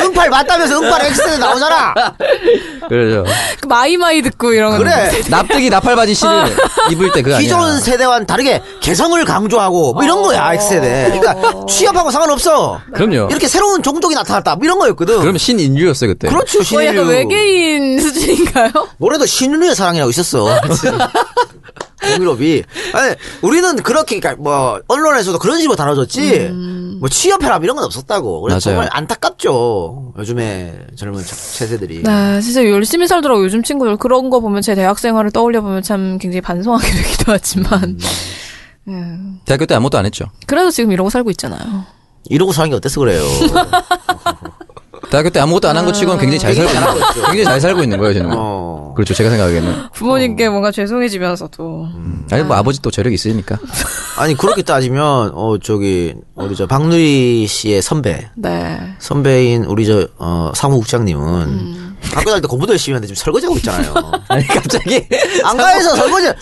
C: 응팔 맞다면서 응팔 X 세대 나오잖아. 네.
D: 그렇죠.
B: 어. 마이마이 듣고 이런 거.
C: 그래.
D: 납득이 나팔바지 씨를 입을 때 그거 아니야.
C: 기존 세대와는 다르게 개성을 강조하고 뭐 이런
B: 어.
C: 거야 X 세대. 그러니까 취업하고 상관없어.
D: 그럼요.
C: 이렇게 새로운 종족이 나타났다. 뭐 이런 거였거든.
D: 그럼 신인류였어요 그때.
C: 그렇죠.
B: 거의
C: 신인류.
B: 약간 외계인 수준인가요?
C: 노래도 신인류의 사랑이라고 있었어. 공유럽이. 아니, 우리는 그렇게, 그러니까 뭐, 언론에서도 그런 식으로 다뤄졌지, 뭐, 취업해라, 이런 건 없었다고. 그래서
D: 맞아요.
C: 정말 안타깝죠. 요즘에 젊은 차- 세대들이.
B: 네, 진짜 열심히 살더라고 요즘 친구들 그런 거 보면 제 대학 생활을 떠올려 보면 참 굉장히 반성하게 되기도 하지만
D: 대학교 때 아무것도 안 했죠.
B: 그래서 지금 이러고 살고 있잖아요.
C: 이러고 사는 게 어때서 그래요.
D: 대학교 때 아무것도 안 한 것 치고는 굉장히 잘 살고 있는 거예요. 굉장히 잘 살고 있는 거예요 저는.
C: 어.
D: 그렇죠 제가 생각하기에는.
B: 부모님께 뭔가 죄송해지면서도
D: 아니 뭐 아버지 또 재력이 있으니까.
C: 아니, 그렇게 따지면, 어, 저기, 우리 저, 박누리 씨의 선배.
B: 네.
C: 선배인 우리 저, 어, 사무국장님은 학교 다닐 때 공부도 열심히 하는데 지금 설거지하고 있잖아요.
D: 아니 갑자기
C: 안가에서 설거지.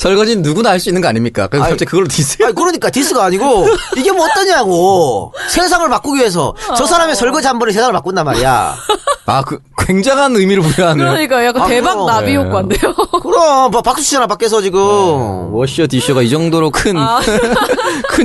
D: 설거지 는 누구나 할 수 있는 거 아닙니까? 그래서 갑자기 그걸로 디스.
C: 아니 그러니까 디스가 아니고 이게 뭐 어떠냐고 세상을 바꾸기 위해서
B: 어.
C: 저 사람의 설거지 한 번에 세상을 바꾼단 말이야
D: 아그 굉장한 의미를 부여하네요.
B: 그러니까 약간
C: 아,
B: 대박
C: 그럼.
B: 나비
D: 네.
B: 효과인데요.
C: 그럼 봐, 박수 치잖아 밖에서 지금
D: 워셔 디셔가 이 정도로 큰 큰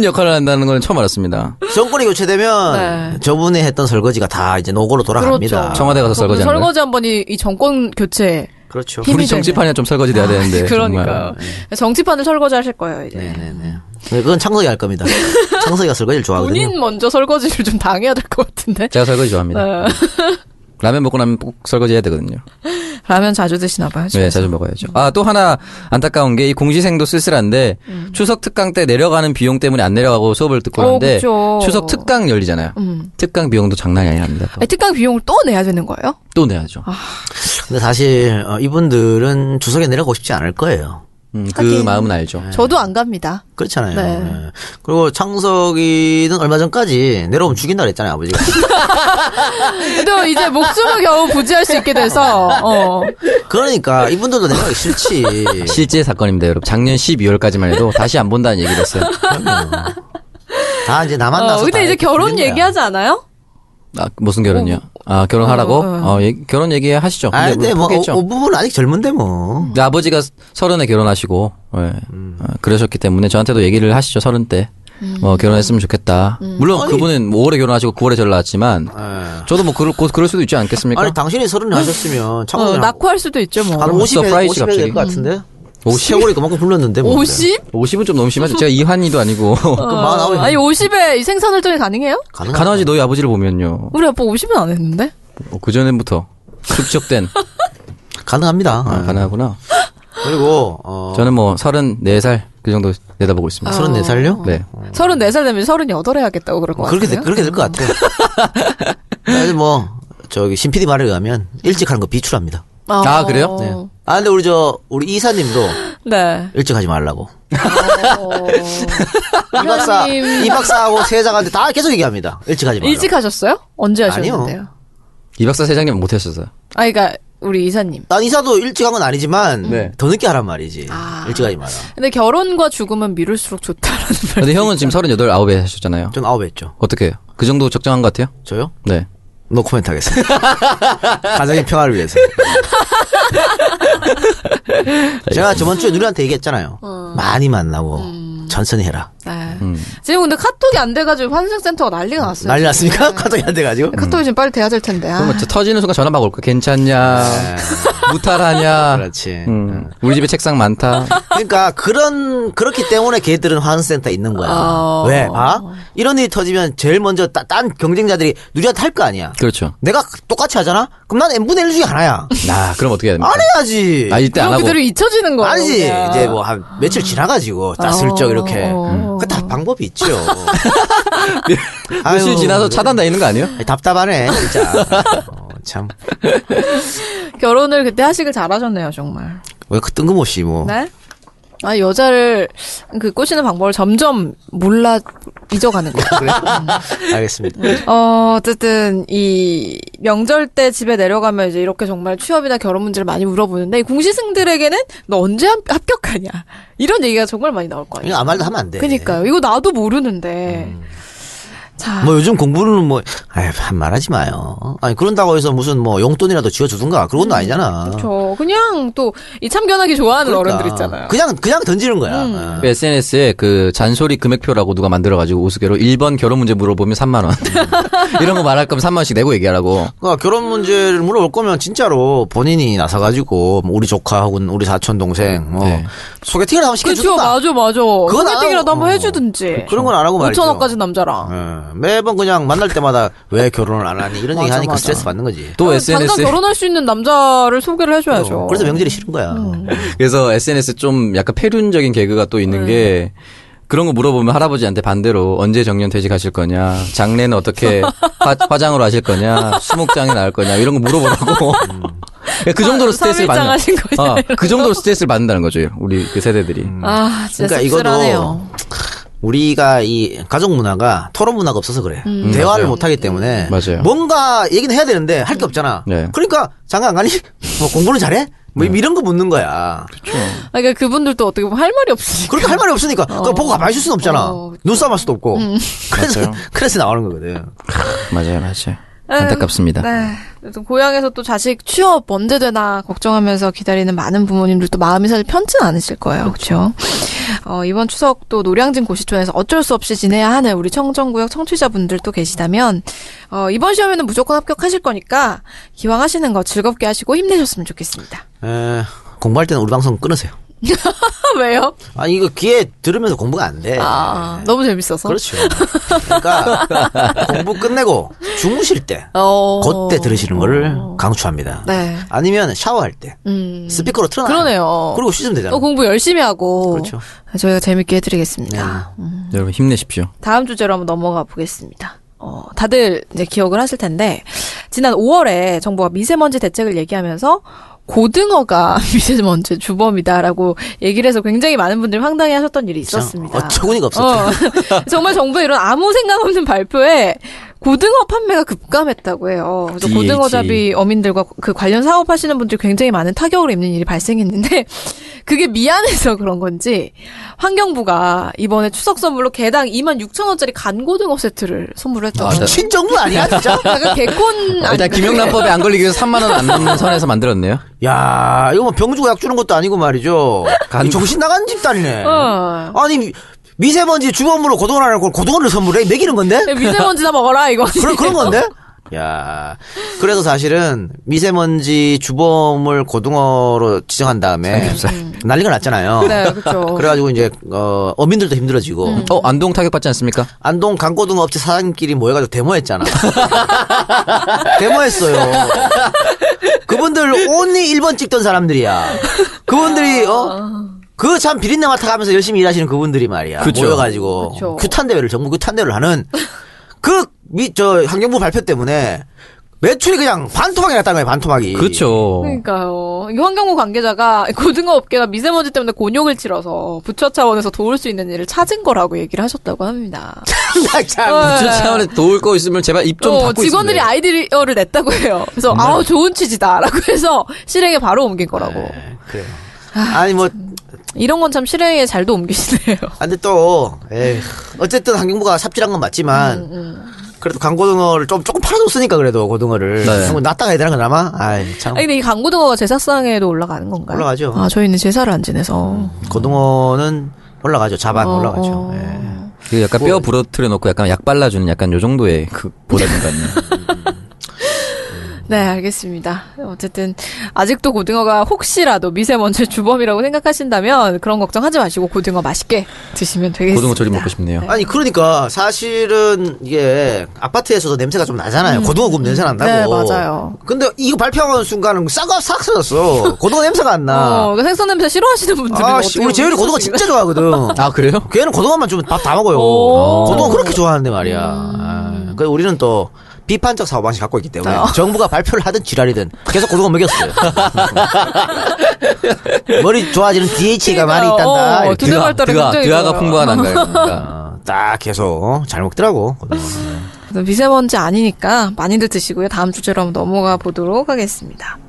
D: 역할을 한다는 건 처음 알았습니다.
C: 정권이 교체되면
B: 네.
C: 저분이 했던 설거지가 다 이제 노고로 돌아갑니다
B: 그렇죠.
D: 청와대 가서
B: 저분
D: 설거지 하는 거.
B: 설거지 한 번이 이 정권 교체
C: 그렇죠
B: 힘이
D: 우리
B: 되네.
D: 정치판이나 아, 좀 설거지 돼야 되는데.
B: 그러니까요. 네, 정치판을 설거지 하실 거예요 이제.
C: 네네네 네, 그건 창석이 할 겁니다 창석이가 설거지를 좋아하거든요
B: 본인 먼저 설거지를 좀 당해야 될 것 같은데.
D: 제가 설거지 좋아합니다.
B: 네.
D: 라면 먹고 나면 꼭 설거지 해야 되거든요.
B: 라면 자주 드시나 봐요.
D: 네, 자주 먹어야죠. 아, 또 하나 안타까운 게 이 공시생도 쓸쓸한데 추석 특강 때 내려가는 비용 때문에 안 내려가고 수업을 듣고
B: 어,
D: 있는데
B: 그쵸.
D: 추석 특강 열리잖아요. 특강 비용도 장난이 아니랍니다. 또,
B: 아니, 특강 비용을 또 내야 되는 거예요?
D: 또 내야죠.
C: 근데 사실 어, 이분들은 주석에 내려가고 싶지 않을 거예요
D: 음, 그
B: 하긴.
D: 마음은 알죠.
B: 저도 안 갑니다.
C: 그렇잖아요
B: 네.
C: 네. 그리고 창석이는 얼마 전까지 내려오면 죽인다 그랬잖아요 아버지가
B: 그래도 이제 목숨을 겨우 부지할 수 있게 돼서 어.
C: 그러니까 이분들도 내려가기 싫지
D: 실제 사건입니다, 여러분. 작년 12월까지만 해도 다시 안 본다는 얘기를 했어요.
C: 다 이제 나만
B: 어,
C: 나서
B: 근데
C: 다
B: 이제
C: 이렇게
B: 결혼
C: 죽인 거야.
B: 얘기하지 않아요?
D: 아, 무슨 결혼이요? 아, 결혼하라고?
B: 어,
D: 어, 얘기- 결혼 얘기하시죠.
C: 아,
D: 근데
C: 근데 뭐,
D: 포기했죠.
C: 어, 부분 아직 젊은데 뭐.
D: 근데 아버지가 서른에 결혼하시고 예.
C: 음.
D: 어, 그러셨기 때문에 저한테도 얘기를 하시죠 서른 때.
B: 음.
D: 뭐 결혼했으면 좋겠다. 물론 그분은 뭐 5월에 결혼하시고 9월에 저를 낳았지만 저도 뭐 그럴, 곧 그럴 수도 있지 않겠습니까?
C: 아니, 당신이 서른 하셨으면, 창문
B: 그러니까. 어,
C: 한
B: 낙후할 수도 있죠 뭐.
C: 한
D: 그럼
C: 50에,
D: 서프라이즈
C: 50에
D: 갑자기. 음.
C: 될것 같은데?
D: 50?
C: 세월이 그만큼 불렀는데, 뭐.
B: 50?
D: 50은 좀 너무 심하죠. 제가 이환이도 아니고
C: 마흔아홉이
B: 어, 아니 50에 생산 활동이 가능해요?
C: 가능하지.
D: 간호하지 너희 아버지를 보면요.
B: 우리 아빠 50은 안 했는데.
D: 그 전부터 축적된
C: 가능합니다.
D: 아, 가능하구나.
C: 그리고, 어,
D: 저는 뭐 34살 그 정도 내다보고 있습니다.
C: 34살요? 어,
D: 네.
B: 34살 되면 38 해야겠다고 그럴 것
C: 음. 그렇게, 될-
B: 같아요.
C: 그렇게 될 것 같아요. 사실 뭐, 저기, 신 PD 말에 의하면, 일찍 하는 거 비추랍니다.
D: 아, 그래요?
B: 네.
C: 아, 근데 우리 저, 우리 이사님도
B: 네.
C: 일찍 하지 말라고. 이 박사, 이 박사하고 세자한테 다 계속 얘기합니다. 일찍 하지 말라고.
B: 일찍 하셨어요? 언제
C: 아니요.
B: 하셨는데요?
D: 이 박사 세장님 못하셨어요.
B: 아, 그러니까 우리 이사님.
C: 난 이사도 일찍 한 건 아니지만
D: 네.
C: 더 늦게 하란 말이지.
B: 아.
C: 일찍 하지 마라.
B: 근데 결혼과 죽음은 미룰수록 좋다라는
C: 네.
B: 말.
D: 근데 형은 지금 38, 9에 하셨잖아요.
C: 전 아홉 했죠.
D: 어떻게 해요? 그 정도 적정한 것 같아요?
C: 저요?
D: 네.
C: 노 코멘트 하겠습니다. 가정의 평화를 위해서.
B: 음. 어.
C: 제가 저번 주에 누리한테 얘기했잖아요. 많이 만나고
B: 음.
C: 천천히 해라.
B: 네. 지금 근데 카톡이 안 돼가지고 환승센터가 난리가 났어요.
C: 음. 난리 났습니까? 음. 카톡이 안 돼가지고.
B: 카톡이 지금 빨리 돼야 될 텐데. 아.
D: 그러면 진짜 터지는 순간 전화 막 올까? 괜찮냐? 무탈하냐?
C: 그렇지. 네.
D: 음, 우리 집에 책상 많다.
C: 그러니까 그런 그렇기 때문에 걔들은 환승센터 있는 거야.
B: 어.
C: 왜? 아 이런 일이 터지면 제일 먼저 따, 딴 경쟁자들이 누리한테 할 거 아니야.
D: 그렇죠.
C: 내가 똑같이 하잖아. 그럼 난 n분의 1 중에 하나야.
D: 나 그럼 어떻게 해야 됩니까?
C: 안 해야지.
D: 아 일단 안
B: 그럼
D: 하고.
B: 그대로 잊혀지는 거예요.
C: 아니지.
B: 그냥.
C: 이제 뭐 한 며칠 지나가지고 따슬쩍
B: 어,
C: 이렇게.
B: 어, 어.
C: 그 다 방법이 있죠.
D: 며칠
C: 아유,
D: 지나서 차단 다니는 거 아니에요?
C: 답답하네 진짜. 어, 참.
B: 음. 결혼을 그때 하시길 잘하셨네요, 정말.
C: 왜 그 뜬금없이 뭐.
B: 네? 아, 여자를 그 꼬시는 방법을 점점 몰라 잊어가는 거예요.
C: 그래. 음. 알겠습니다.
B: 어, 어쨌든 이 명절 때 집에 내려가면 이제 이렇게 정말 취업이나 결혼 문제를 많이 물어보는데 이 공시생들에게는 너 언제 합- 합격하냐 이런 얘기가 정말 많이 나올 거예요.
C: 이거 아무 네. 음. 말도 하면 안 돼.
B: 그니까요. 이거 나도 모르는데. 자,
C: 뭐 요즘 공부는 뭐, 아유, 말하지 마요. 아니, 그런다고 해서 무슨 뭐 용돈이라도 지어주든가. 그건
B: 음,
C: 아니잖아.
B: 저 그냥 또 이 참견하기 좋아하는
C: 그러니까.
B: 어른들 있잖아요.
C: 그냥, 그냥 던지는 거야.
B: 음.
C: 어.
D: SNS에 그 잔소리 금액표라고 누가 만들어가지고 우스개로 1번 결혼 문제 물어보면 3만 원 이런 거 말할 거면 3만 원씩 내고 얘기하라고
C: 그러니까 결혼 문제를 물어볼 거면 진짜로 본인이 나서가지고 뭐 우리 조카 혹은 우리 사촌 동생 뭐
D: 네.
C: 소개팅을 한번
B: 그렇죠,
C: 시켜준다.
B: 맞아, 맞아.
C: 그건 안
B: 소개팅이라도
C: 하고,
B: 한번
C: 어.
B: 해주든지.
C: 그런 건 안 하고 말이죠.
B: 5천 원까지 남자랑.
C: 예, 매번 그냥 만날 때마다 왜 결혼을 안 하니 이런 얘기
B: 맞아,
C: 하니까
B: 맞아.
C: 스트레스 받는 거지.
D: 또
B: 당장
D: SNS에
B: 결혼할 수 있는 남자를 소개를 해줘야죠.
C: 그래서 명절이 싫은 거야.
B: 음.
D: 그래서 SNS 에좀 약간 패륜적인 개그가 또 있는
B: 네.
D: 게 그런 거 물어보면 할아버지한테 반대로 언제 정년 퇴직하실 거냐, 장례는 어떻게 화, 장으로 하실 거냐, 수목장에 나을 거냐 이런 거 물어보라고. 그 정도로
B: 삼- 삼일장
D: 스트레스를 받는.
B: 하신 거냐,
D: 어, 그 정도로 스트레스를 받는다는 거죠 우리 그 세대들이.
B: 아, 진짜
C: 그러니까
B: 씁쓸하네요.
C: 이거도 우리가 이 가족 문화가 토론 문화가 없어서 그래.
B: 음.
C: 음, 대화를
D: 맞아요.
C: 못 하기 때문에
D: 맞아요.
C: 뭔가 얘기는 해야 되는데 할 게 없잖아.
D: 네.
C: 그러니까 장가 안 가니? 뭐 공부는 잘해? 뭐 이런 거 묻는 거야.
B: 아, 그러니까 그분들도 어떻게 보면 할 말이 없으니까.
C: 그렇게 할 말이 없으니까 그걸 보고 가만히 있을 수는 없잖아.
B: 어, 음. 그쵸.
C: 눈싸움 할 수도 없고. 그래서
D: 맞아요.
C: 그래서 나오는 거거든.
D: 맞아요, 맞아요. 안타깝습니다.
B: 음, 네. 그래서 고향에서 또 자식 취업 언제 되나 걱정하면서 기다리는 많은 부모님들도 마음이 사실 편치는 않으실 거예요. 그렇죠. 어, 이번 추석 또 노량진 고시촌에서 어쩔 수 없이 지내야 하는 우리 청정구역 청취자분들도 계시다면 어, 이번 시험에는 무조건 합격하실 거니까 기왕 하시는 거 즐겁게 하시고 힘내셨으면 좋겠습니다.
C: 에, 공부할 때는 우리 방송 끊으세요.
B: 왜요?
C: 아니 이거 귀에 들으면서 공부가 안 돼.
B: 아, 너무 재밌어서.
C: 그렇죠. 그러니까 공부 끝내고 주무실 때
B: 어.
C: 그때 들으시는 거를 강추합니다.
B: 네.
C: 아니면 샤워할 때
B: 음.
C: 스피커로 틀어놔.
B: 그러네요. 뭐.
C: 그리고 씻으면 되잖아.
B: 또 어, 공부 열심히 하고
C: 그렇죠. 네. 음,
B: 저희가 재밌게 해드리겠습니다.
D: 여러분 힘내십시오.
B: 다음 주제로 한번 넘어가 보겠습니다. 어, 다들 이제 기억을 하실 텐데 지난 5월에 정부가 미세먼지 대책을 얘기하면서 고등어가 미세먼지 주범이다라고 얘기를 해서 굉장히 많은 분들이 황당해하셨던 일이
C: 참
B: 있었습니다.
C: 어처구니가 없었죠.
B: 어, 정말 정부의 이런 아무 생각 없는 발표에 고등어 판매가 급감했다고 해요. 그래서
D: DHE.
B: 고등어잡이 어민들과 그 관련 사업하시는 분들이 굉장히 많은 타격을 입는 일이 발생했는데 그게 미안해서 그런 건지 환경부가 이번에 추석 선물로 개당 2만 6천 원짜리 간고등어 세트를 선물했다고. 해요.
C: 아, 미친 정부 아니야 진짜?
B: 약간 개콘
D: 아,
B: 아니
D: 일단 김영란법에 안 걸리기 위해서 3만 원 안 넘는 선에서 만들었네요.
C: 야 이거 뭐병 주고 약 주는 것도 아니고 말이죠. 이 정신 나간 집단이네.
B: 어.
C: 아니 미세먼지 주범으로 고등어를 고 고등어를 선물해 먹이는 건데?
B: 네, 미세먼지 다 먹어라 이거.
C: 그런 그런 건데? 야, 그래서 사실은 미세먼지 주범을 고등어로 지정한 다음에 난리가 났잖아요.
B: 네, 음. 그렇죠.
C: 그래가지고 이제 어, 어민들도 힘들어지고
D: 어, 안동 타격받지 않습니까?
B: 음.
C: 안동 강고등어 업체 사장끼리 모여가지고 데모했잖아. 데모했어요. 그분들 온리 1번 찍던 사람들이야. 그분들이 어. 그 참 비린내 맡아가면서 열심히 일하시는 그분들이 말이야
D: 그쵸.
C: 모여가지고
B: 그쵸.
C: 규탄 대회를 전국 규탄 대회를 하는 그미저 환경부 발표 때문에 매출이 그냥 반토막이 났다는 거예요 반토막이
D: 그렇죠.
B: 음. 그러니까요. 이 환경부 관계자가 고등어 업계가 미세먼지 때문에 곤욕을 치러서 부처 차원에서 도울 수 있는 일을 찾은 거라고 얘기를 하셨다고 합니다.
C: 나 참.
B: 어,
D: 부처 차원에 도울 거 있으면 제발 입 좀
B: 어,
D: 닫고
B: 직원들이
D: 있으면 돼요. 네.
B: 아이디어를 냈다고 해요. 그래서 아우 좋은 취지다라고 해서 실행에 바로 옮긴 거라고.
C: 네, 그래요. 아니 뭐
B: 이런 건 참 실행에 잘도 옮기시네요.
D: 어.
C: 아, 근데 또 에휴, 어쨌든 환경부가 삽질한 건 맞지만
B: 음,
C: 그래도 강고등어를 좀 조금 팔아줬으니까 그래도 고등어를
D: 네.
C: 그럼 낫다가 해야 되는 거나마 아이 참
B: 아니 근데 이 강고등어가 제사상에도 올라가는 건가요?
C: 올라가죠.
D: 음.
B: 아 저희는 제사를 안 지내서.
C: 고등어는 올라가죠. 자반
B: 어,
C: 올라가죠.
B: 어.
C: 예.
D: 이거 그 약간 뼈 부러뜨려 놓고 약간 약 발라주는 약간 요 정도의 그 보답인가요?
B: 네, 알겠습니다. 어쨌든 아직도 고등어가 혹시라도 미세먼지 주범이라고 생각하신다면 그런 걱정하지 마시고 고등어 맛있게 드시면 되겠습니다.
D: 고등어조림 먹고 싶네요.
C: 아니 그러니까 사실은 이게 아파트에서도 냄새가 좀 나잖아요. 고등어 굽 냄새 난다고.
B: 음. 네, 맞아요.
C: 근데 이거 발표하는 순간은 싸가 싹 사라졌어. 고등어 냄새가 안
B: 어,
C: 나.
B: 그러니까 생선 냄새 싫어하시는 분들은
C: 아, 씨,
B: 어떻게
C: 우리 재율이
B: 보면
C: 고등어 진짜 좋아하거든.
D: 아 그래요?
C: 걔는 고등어만 주면 밥 다 먹어요.
B: 오. 음.
C: 고등어 그렇게 좋아하는데 말이야. 아, 그래서 우리는 또 비판적 사고방식 갖고 있기
B: 어.
C: 때문에 정부가 발표를 하든 지랄이든 계속 고등어 먹였어요. 머리 좋아지는 DHA가 많이 있단다.
B: 어,
C: 이렇게.
B: 두뇌 발달이
D: 드가,
B: 굉장히
D: 드가, 가
B: 좋아요.
D: 풍부한 한가요? 그러니까
C: 어, 딱 계속 잘 먹더라고. 고등어.
B: 그래서 미세먼지 아니니까 많이들 드시고요. 다음 주제로 한번 넘어가 보도록 하겠습니다.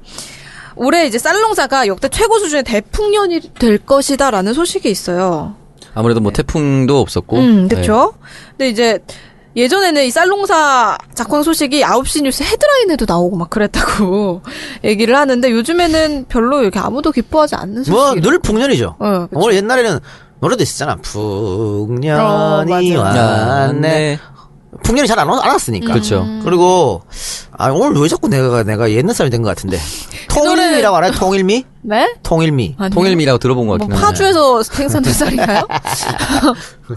B: 올해 이제 쌀농사가 역대 최고 수준의 대풍년이 될 것이다라는 소식이 있어요.
D: 아무래도
C: 네.
D: 뭐 태풍도 없었고.
B: 음, 그렇죠. 근데 이제 예전에는 이 쌀농사 작황 소식이 9시 뉴스 헤드라인에도 나오고 막 그랬다고 얘기를 하는데 요즘에는 별로 이렇게 아무도 기뻐하지 않는 소식.
C: 뭐 늘 풍년이죠.
B: 어, 그쵸.
C: 오늘 옛날에는 노래도 있었잖아. 풍년이
B: 어,
D: 아,
C: 왔네.
D: 네.
C: 풍년이 잘 안 왔으니까.
D: 그쵸.
B: 음.
C: 그리고 아 오늘 왜 자꾸 내가 내가 옛날 사람이 된 것 같은데.
B: 그
C: 통일미라고 알아요? 통일미?
B: 네?
C: 통일미.
B: 아니,
D: 통일미라고 들어본
B: 뭐
D: 것 같긴 한데.
B: 파주에서 생산된 쌀인가요?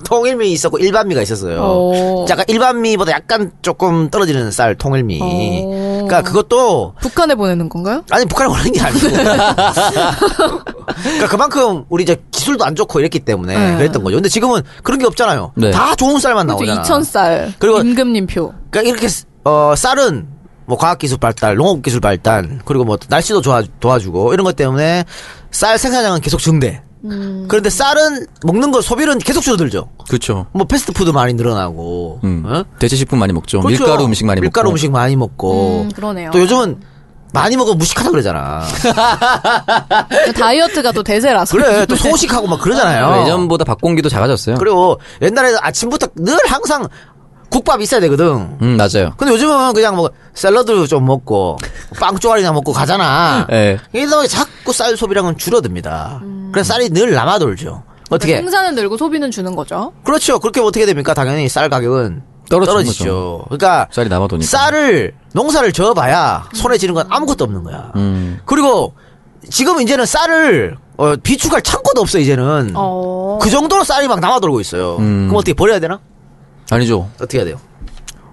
C: 통일미 있었고 일반미가 있었어요.
B: 오.
C: 약간 일반미보다 약간 조금 떨어지는 쌀 통일미.
B: 오.
C: 그러니까 그것도
B: 북한에 보내는 건가요?
C: 아니 북한에 오는 게 아니고. 그러니까 그만큼 우리 이제 기술도 안 좋고 이랬기 때문에
B: 네.
C: 그랬던 거죠. 근데 지금은 그런 게 없잖아요.
D: 네.
C: 다 좋은 쌀만
B: 그렇죠.
C: 나오잖아.
B: 이천 쌀.
C: 그리고-
B: 임금님표.
C: 그러니까 이렇게 어 쌀은 뭐 과학기술 발달, 농업기술 발달, 그리고 뭐 날씨도 도와, 도와주고 이런 것 때문에 쌀 생산량은 계속 증대.
B: 음.
C: 그런데 쌀은 먹는 거 소비는 계속 줄어들죠.
D: 그렇죠.
C: 뭐 패스트푸드 많이 늘어나고
D: 음.
C: 어?
D: 대체 식품 많이 먹죠.
C: 그렇죠.
D: 밀가루 음식 많이
C: 밀가루
D: 먹고.
C: 음식 많이 먹고.
B: 음, 그러네요.
C: 또 요즘은 많이 먹으면 무식하다 그러잖아.
B: 그러니까 다이어트가 또 대세라서.
C: 그래 또 소식하고 막 그러잖아요.
D: 예전보다 뭐 밥공기도 작아졌어요.
C: 그리고 옛날에는 아침부터 늘 항상 국밥 있어야 되거든.
D: 음, 맞아요.
C: 근데 요즘은 그냥 뭐 샐러드 좀 먹고 빵 쪼가리나 먹고 가잖아.
D: 예.
C: 이러다 보니 자꾸 쌀 소비량은 줄어듭니다. 그래서 쌀이 늘 남아돌죠. 어떻게?
B: 생산은 늘고 소비는 주는 거죠.
C: 그렇죠. 그렇게 하면 어떻게 됩니까? 당연히 쌀 가격은
D: 떨어지는
C: 떨어지죠. 그러니까
D: 쌀이 남아도니까.
C: 쌀을 농사를 저어봐야 손에 지는 건 아무것도 없는 거야.
D: 음.
C: 그리고 지금 이제는 쌀을 어, 비축할 창고도 없어 이제는.
B: 어.
C: 그 정도로 쌀이 막 남아돌고 있어요.
D: 음.
C: 그럼 어떻게 버려야 되나?
D: 아니죠.
C: 어떻게 해야 돼요?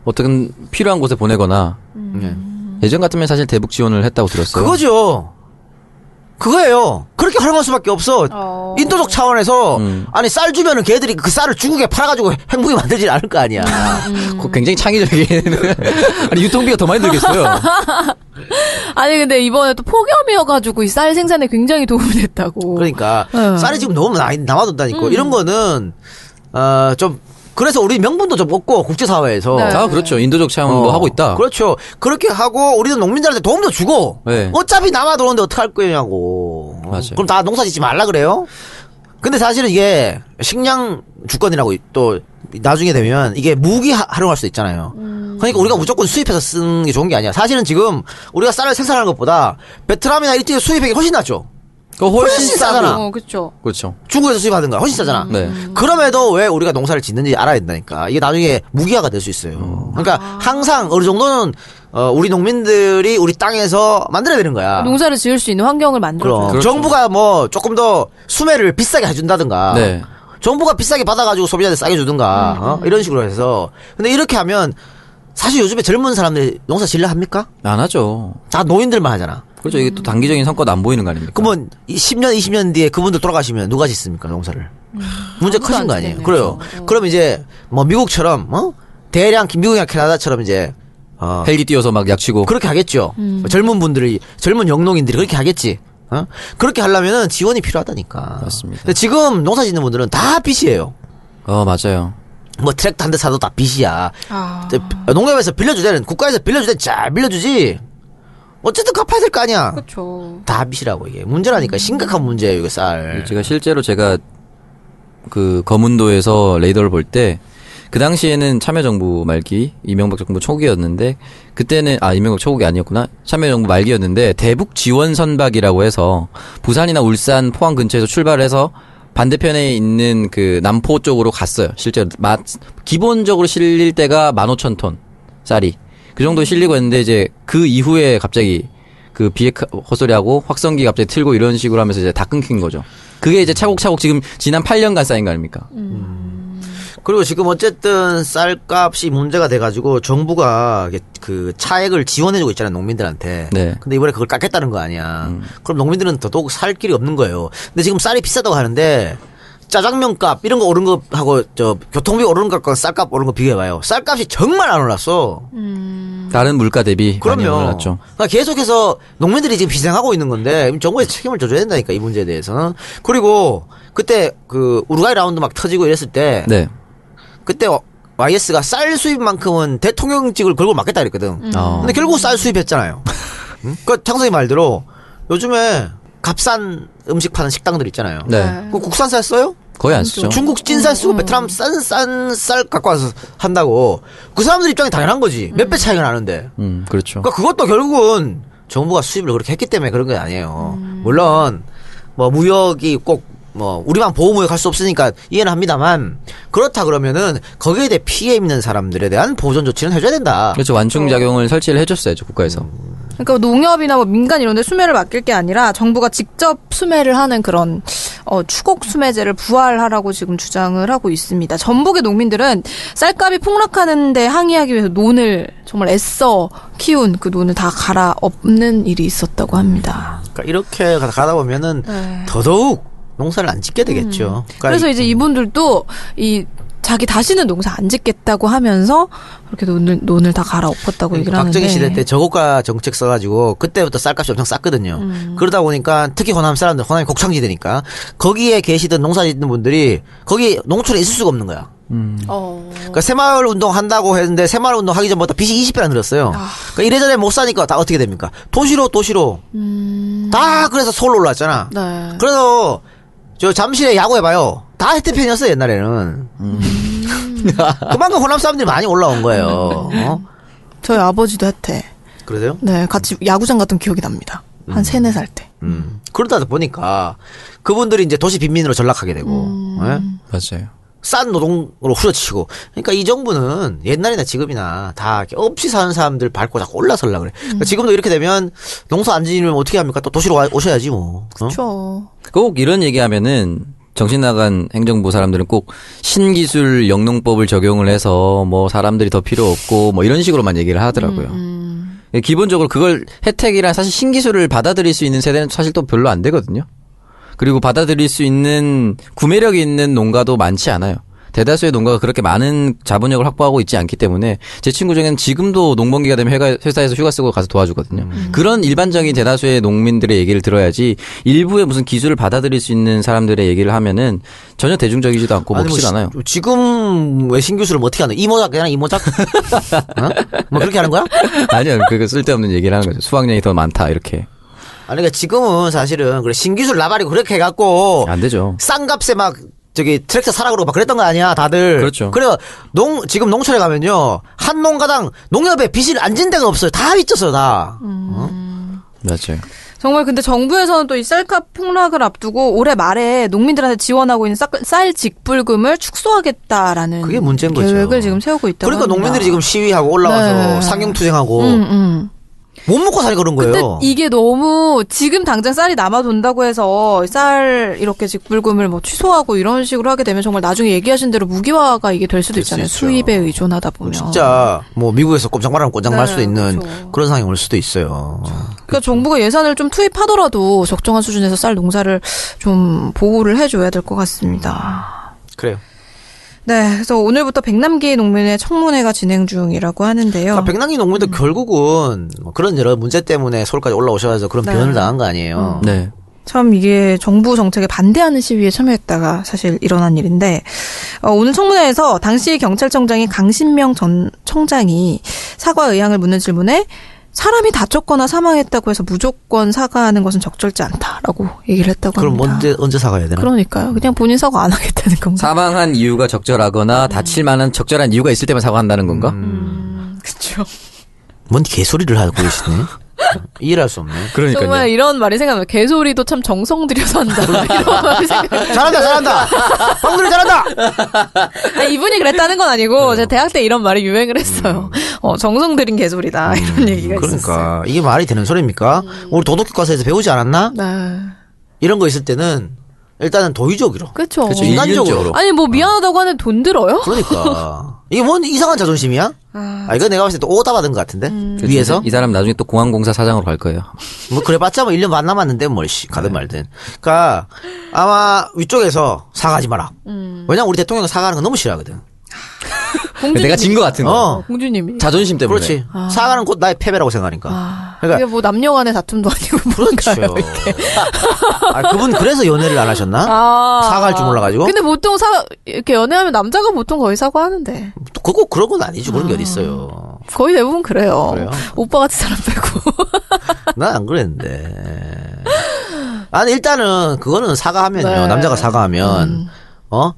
D: 어떻게든 필요한 곳에 보내거나.
B: 음.
D: 예전 같으면 사실 대북 지원을 했다고 들었어요.
C: 네. 그거죠. 그거예요. 그렇게 활용할 수밖에 없어.
B: 어.
C: 인도적 차원에서
D: 음.
C: 아니 쌀 주면은 걔들이 그 쌀을 중국에 팔아가지고 행복이 만들지 않을 거 아니야.
B: 음.
D: 그거 음. 굉장히 창의적인. 아니, 유통비가 더 많이 들겠어요.
B: 아니 근데 이번에 또 폭염이어가지고 이 쌀 생산에 굉장히 도움이 됐다고.
C: 그러니까
B: 어. 음.
C: 쌀이 지금 너무 많이 남아돈다니까 이런 거는 어, 좀 그래서 우리 명분도 좀 없고 국제사회에서
B: 네.
D: 아, 그렇죠. 인도적 차원도
C: 어,
D: 하고 있다.
C: 그렇죠. 그렇게 하고 우리는 농민들한테 도움도 주고
D: 네.
C: 어차피 남아도는데 어떡할 거냐고.
D: 맞아요.
C: 그럼 다 농사 짓지 말라 그래요? 근데 사실은 이게 식량 주권이라고 또 나중에 되면 이게 무기 하- 활용할 수 있잖아요. 그러니까 우리가 무조건 수입해서 쓰는 게 좋은 게 아니야. 사실은 지금 우리가 쌀을 생산하는 것보다 베트남이나 이쪽에 수입하기 훨씬 낫죠.
D: 그거
C: 훨씬 싸잖아.
B: 어, 그렇죠.
D: 그렇죠.
C: 중국에서 수입하든가 훨씬 싸잖아.
D: 네.
C: 그럼에도 왜 우리가 농사를 짓는지 알아야 된다니까. 이게 나중에 무기화가 될 수 있어요. 그러니까 항상 어느 정도는 어, 우리 농민들이 우리 땅에서 만들어야 되는 거야.
B: 농사를 지을 수 있는 환경을 만들어.
C: 그럼
B: 줘요
D: 그렇죠.
C: 정부가 뭐 조금 더 수매를 비싸게 해준다든가.
D: 네.
C: 정부가 비싸게 받아가지고 소비자한테 싸게 주든가
B: 음.
C: 어? 이런 식으로 해서. 근데 이렇게 하면 사실 요즘에 젊은 사람들이 농사 질려 합니까?
D: 안 하죠.
C: 다 노인들만 하잖아.
D: 그렇죠. 이게 또 단기적인 성과도 안 보이는 거 아닙니까?
C: 음. 그러면 이 10년, 20년 뒤에 그분들 돌아가시면 누가 짓습니까, 농사를? 문제
B: 아무도
C: 커진 거
B: 안
C: 아니에요.
B: 짓겠네요.
C: 그래요. 그럼 이제 뭐 미국처럼 어? 대량 미국이나 캐나다처럼 이제 어,
D: 헬기 뛰어서 막 약치고.
C: 그렇게 하겠죠.
B: 음.
C: 뭐 젊은 분들이 젊은 영농인들이 그렇게 하겠지. 어? 그렇게 하려면은 지원이 필요하다니까.
D: 맞습니다.
C: 근데 지금 농사 짓는 분들은 다 빚이에요.
D: 어, 맞아요.
C: 뭐 트랙터 한 대 사도 다 빚이야.
B: 아.
C: 이제 농협에서 빌려주자는 국가에서 빌려주자는 잘 빌려주지. 어쨌든 갚아야 될 거 아니야.
B: 그렇죠.
C: 다 빚이라고 이게 문제라니까
B: 음.
C: 심각한 문제예요 이거 쌀.
D: 제가 실제로 제가 그 검은도에서 레이더를 볼 때, 그 당시에는 참여정부 말기, 이명박 정부 초기였는데, 그때는, 아, 이명박 초기 아니었구나. 참여정부 말기였는데, 대북 지원 선박이라고 해서, 부산이나 울산, 포항 근처에서 출발해서, 반대편에 있는 그 남포 쪽으로 갔어요. 실제로 마, 기본적으로 실릴 때가 15,000톤 쌀이 그 정도 실리고 했는데 이제 그 이후에 갑자기 그 비핵 헛소리하고 확성기 갑자기 틀고 이런 식으로 하면서 이제 다 끊긴 거죠. 그게 이제 차곡차곡 지금 지난 8년간 쌓인 거 아닙니까?
C: 그리고 지금 어쨌든 쌀값이 문제가 돼가지고 정부가 이게 그 차액을 지원해주고 있잖아요 농민들한테.
D: 네.
C: 근데 이번에 그걸 깎겠다는 거 아니야. 그럼 농민들은 더더욱 살 길이 없는 거예요. 근데 지금 쌀이 비싸다고 하는데 짜장면 값 이런 거 오른 거 하고 저 교통비 오르는 것과 쌀값 오른 거 비교해봐요. 쌀값이 정말 안 올랐어.
D: 다른 물가 대비 많이
C: 그럼요.
D: 올랐죠.
C: 그러니까 계속해서 농민들이 지금 희생하고 있는 건데 정부에서 책임을 져줘야 된다니까 이 문제에 대해서는. 그리고 그때 그 우루과이 라운드 막 터지고 이랬을 때
D: 네.
C: 그때 YS가 쌀 수입만큼은 대통령직을 걸고 막겠다 그랬거든.
D: 어.
C: 근데 결국 쌀 수입했잖아요. 응? 그 창석이 말대로 요즘에 값싼 음식 파는 식당들 있잖아요.
D: 네. 그렇죠.
C: 그 국산 쌀 써요?
D: 거의 안 쓰죠.
C: 중국 찐쌀 쓰고 베트남 싼 싼 쌀 갖고 와서 한다고 그 사람들 입장이 당연한 거지. 몇 배 차이가 나는데.
D: 음, 그렇죠.
C: 그러니까 그것도 결국은 정부가 수입을 그렇게 했기 때문에 그런 게 아니에요.
B: 음.
C: 물론 뭐 무역이 꼭 뭐 우리만 보호 무역할 수 없으니까 이해는 합니다만 그렇다 그러면은 거기에 대해 피해 입는 사람들에 대한 보존 조치는 해줘야 된다.
D: 그렇죠. 완충 작용을 설치를 해줬어야죠 국가에서.
C: 음.
B: 그러니까 농협이나 뭐 민간 이런 데 수매를 맡길 게 아니라 정부가 직접 수매를 하는 그런 어, 추곡 수매제를 부활하라고 지금 주장을 하고 있습니다. 전북의 농민들은 쌀값이 폭락하는데 항의하기 위해서 논을 정말 애써 키운 그 논을 다 갈아엎는 일이 있었다고 합니다.
C: 그러니까 이렇게 가- 가다 보면은 더더욱 농사를 안 짓게 되겠죠. 그러니까
B: 네. 음. 그래서
C: 이-
B: 이제 이분들도 이 자기 다시는 농사 안 짓겠다고 하면서 그렇게 논을, 논을 다 갈아엎었다고 얘기를 하는데
C: 어, 그러니까 박정희 시대 때 저고가 정책 써가지고 그때부터 쌀값이 엄청 쌌거든요.
B: 음.
C: 그러다 보니까 특히 호남 사람들, 호남이 곡창지대니까 거기에 계시던 농사짓는 분들이 거기 농촌에 있을 수가 없는 거야.
B: 어.
C: 그러니까 새마을 운동 한다고 했는데 새마을 운동 하기 전부터 빚이 20배나 늘었어요.
B: 아.
C: 그러니까 이래저래 못 사니까 다 어떻게 됩니까? 도시로 도시로 다 그래서 서울 로 올라왔잖아.
B: 음. 네.
C: 그래서 저 잠실에 야구 해봐요. 다 혜태편이었어 옛날에는. 그만큼 호남 사람들이 많이 올라온 거예요. 어?
B: 저희 아버지도 혜태.
C: 그러세요?
B: 네, 같이 야구장 갔던 기억이 납니다. 한 세네 살 때.
C: 음. 그러다 보니까 그분들이 이제 도시 빈민으로 전락하게 되고 예?
D: 맞아요.
C: 싼 노동으로 후려치고 그러니까 이 정부는 옛날이나 지금이나 다 이렇게 없이 사는 사람들 밟고 자꾸 올라설라 그래 그러니까 지금도 이렇게 되면 농사 안 지으면 어떻게 합니까 또 도시로 와- 오셔야지 뭐 어?
B: 그렇죠.
D: 꼭 이런 얘기하면은 정신 나간 행정부 사람들은 꼭 신기술 영농법을 적용을 해서 뭐 사람들이 더 필요 없고 뭐 이런 식으로만 얘기를 하더라고요. 예, 기본적으로 그걸 혜택이란 사실 신기술을 받아들일 수 있는 세대는 사실 또 별로 안 되거든요. 그리고 받아들일 수 있는 구매력이 있는 농가도 많지 않아요. 대다수의 농가가 그렇게 많은 자본력을 확보하고 있지 않기 때문에 제 친구 중에는 지금도 농번기가 되면 회가- 회사에서 휴가 쓰고 가서 도와주거든요.
C: 음.
D: 그런 일반적인 대다수의 농민들의 얘기를 들어야지 일부의 무슨 기술을 받아들일 수 있는 사람들의 얘기를 하면은 전혀 대중적이지도 않고
C: 아니, 뭐
D: 먹지가
C: 시-
D: 않아요.
C: 지금 왜 신교수를 뭐 어떻게 하는 이모작 그냥 이모작 어? 뭐 그렇게 하는 거야?
D: 아니요, 그거 쓸데없는 얘기를 하는 거죠. 수확량이 더 많다 이렇게
C: 아니 그러니까 지금은 사실은 그래 신기술 나발이고 그렇게 해갖고
D: 안 되죠.
C: 싼 값에 막 저기 트랙터 사라 그러고 막 그랬던 거 아니야 다들
D: 그렇죠.
C: 그래 농 지금 농촌에 가면요 한 농가당 농협에 빚을 안 진 데가 없어요 다 빚졌어요 다
B: 음,
D: 맞아요.
B: 정말 근데 정부에서는 또 이 쌀값 폭락을 앞두고 올해 말에 농민들한테 지원하고 있는 쌀, 쌀 직불금을 축소하겠다라는
C: 그게 문제인 거죠.
B: 계획을 지금 세우고 있다고
C: 그러니까
B: 합니다.
C: 농민들이 지금 시위하고 올라가서
B: 네.
C: 상경 투쟁하고
B: 음, 음.
C: 못 먹고 사니 그런
B: 근데
C: 거예요
B: 이게 너무 지금 당장 쌀이 남아 돈다고 해서 쌀 이렇게 직불금을 뭐 취소하고 이런 식으로 하게 되면 정말 나중에 얘기하신 대로 무기화가 이게 될 수도
C: 될수
B: 있잖아요.
C: 있죠.
B: 수입에 의존하다 보면.
C: 진짜 뭐 미국에서 꼼짝 말하면 꼼짝 말 수
B: 네,
C: 있는
B: 그렇죠.
C: 그런 상황이 올 수도 있어요
B: 그러니까 정부가 예산을 좀 투입하더라도 적정한 수준에서 쌀 농사를 좀 보호를 해줘야 될 것
C: 음.
B: 같습니다.
C: 그래요
B: 네, 그래서 오늘부터 백남기 농민의 청문회가 진행 중이라고 하는데요.
D: 아,
C: 그러니까 백남기 농민도
B: 음.
C: 결국은 뭐 그런 여러 문제 때문에 서울까지 올라오셔서 그런
B: 네.
C: 변을 당한 거 아니에요
D: 네.
B: 참 이게 정부 정책에 반대하는 시위에 참여했다가 사실 일어난 일인데 어, 오늘 청문회에서 당시 경찰청장인 강신명 전 청장이 사과 의향을 묻는 질문에 사람이 다쳤거나 사망했다고 해서 무조건 사과하는 것은 적절치 않다라고 얘기를 했다고
C: 그럼
B: 합니다.
C: 언제 언제 사과해야 되나
B: 그러니까요. 그냥 본인 사과 안 하겠다는 건가?
D: 사망한 이유가 적절하거나
B: 음.
D: 다칠 만한 적절한
C: 음.
D: 이유가 있을 때만 사과한다는 건가?
B: 그렇죠.
C: 뭔 개소리를 하고 계시네 이해할 를수 없네.
D: 그러니까요.
B: 정말 이런 말이 생각나요. 개소리도 참 정성 들여서 한다. 이런 말이 생각나요.
C: 잘한다, 잘한다. 방글이 잘한다.
B: 아, 이분이 그랬다는 건
C: 네.
B: 아니고 제가 대학 때 이런 말이 유행을 했어요. 어, 정성 들인 개소리다 이런 얘기가 있었어요.
C: 음. 그러니까 이게 말이 되는 소리입니까? 우리 도덕교과서에서 배우지 않았나?
B: 아,
C: 이런 거 있을 때는 일단은 도의적으로.
B: 그렇죠.
D: 그렇죠.
C: 인간적으로.
D: 인간적으로.
B: 아니
C: 어.
B: 뭐 미안하다고 하는데 돈 들어요?
C: 그러니까 이게 뭔 이상한 자존심이야? 아, 이거 내가 봤을 때 오다 받은 것 같은데 위에서
D: 이 사람 나중에 또 공항공사 사장으로 갈 거예요.
C: 뭐 그래봤자 뭐 1년 반 남았는데 뭘씨 가든 말든. 그러니까 아마 위쪽에서 사과하지 마라. 왜냐면 우리 대통령은 사과하는 거 너무 싫어하거든. 그,
B: 공주님.
D: 내가 진 것 같은 거.
C: 어.
B: 공주님이.
D: 자존심 때문에.
C: 그렇지. 사과는 곧 나의 패배라고 생각하니까. 그러니까
B: 이게 뭐 남녀간의 다툼도 아니고 뭔가요?
C: 그렇죠. 아, 그분 그래서 연애를 안 하셨나?
B: 아.
C: 사과할 줄 몰라가지고.
B: 근데 보통 사 이렇게 연애하면 남자가 보통 거의 사과하는데
C: 또 그거 그런 건 아니지. 그런 게 어딨어요.
B: 거의 대부분 그래요.
C: 그래요?
B: 오빠 같은 사람 빼고.
C: 난 안 그랬는데. 예. 아니, 일단은 그거는 사과하면요.
B: 네. 음.
C: 남자가 사과하면, 어?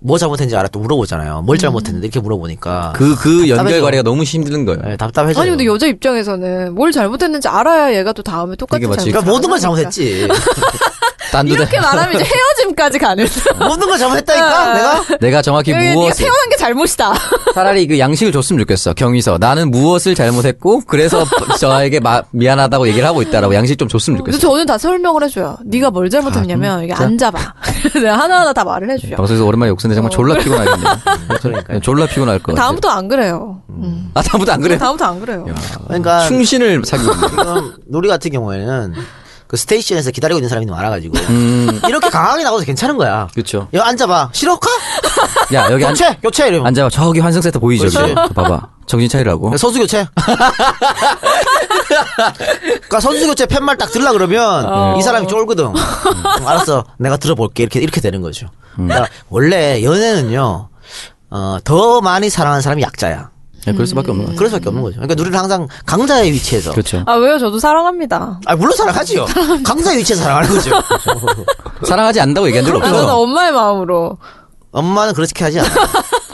C: 뭐 잘못했는지 알아 또 물어보잖아요. 뭘 잘못했는데 이렇게 물어보니까.
D: 그, 그
C: 답답해져.
D: 연결과리가 너무 힘든 거예요.
C: 네, 답답해져요.
B: 아니 근데 여자 입장에서는 뭘 잘못했는지 알아야 얘가 또 다음에 똑같은
D: 이게 맞지.
B: 잘못.
C: 그러니까 모든 걸 잘못했지.
D: 딴두대.
B: 이렇게 말하면 이제 헤어짐까지 가는.
C: 모든 걸
B: 네.
C: 잘못했다니까? 내가?
D: 내가 정확히
B: 네가
D: 무엇을
B: 태어난 게 잘못이다.
D: 차라리 그 양식을 줬으면 좋겠어. 경위서 나는 무엇을 잘못했고 그래서 저에게 마- 미안하다고 얘기를 하고 있다라고 양식 좀 줬으면
B: 근데
D: 좋겠어.
B: 저는 다 설명을 해줘요. 네가 뭘 잘못했냐면 이게 앉아봐. 내가 하나하나 다 말을 해줘요.
D: 방송에서 오랜만에 욕쓰는데 정말 졸라 피곤하겠네.
C: 그러니까.
D: 졸라 피곤할 것 같아.
B: 다음부터 안 그래요.
D: 아 다음부터 안 그래.
B: 다음부터 안 그래요.
C: 그러니까
D: 충신을 사귀고. 있는 거야.
C: 지금 우리 같은 경우에는 그 스테이션에서 기다리고 있는 사람이 너무 많아가지고
D: 음,
C: 이렇게 강하게 나가도 괜찮은 거야.
D: 그렇죠.
C: 여 앉아봐. 싫어? 가?
D: 야 여기 앉,
C: 교체! 교체! 이러면.
D: 앉아봐. 저기 환승 세트 보이죠? 저기.
C: 그렇지.
D: 봐봐. 정신 차리라고.
C: 야, 선수 교체. 그러니까 선수 교체 팻말 딱 들라 그러면
D: 어.
C: 이 사람이 쫄거든. 음, 알았어, 내가 들어볼게 이렇게 이렇게 되는 거죠.
D: 음.
C: 그러니까 원래 연애는요, 어, 더 많이 사랑하는 사람이 약자야.
D: 야,
B: 음.
D: 그럴 수밖에 없는 거야.
C: 네, 그럴 수밖에 없는 거죠. 그러니까 우리는 항상 강자의 위치에서.
D: 그렇죠.
B: 아 왜요? 저도 사랑합니다.
C: 아 물론 사랑하지요. 강자의 위치에서 사랑하는 거죠.
D: 사랑하지 않는다고 얘기한 적
B: 아, 저는
D: 없어.
B: 엄마의 마음으로.
C: 엄마는 그렇게 하지 않아.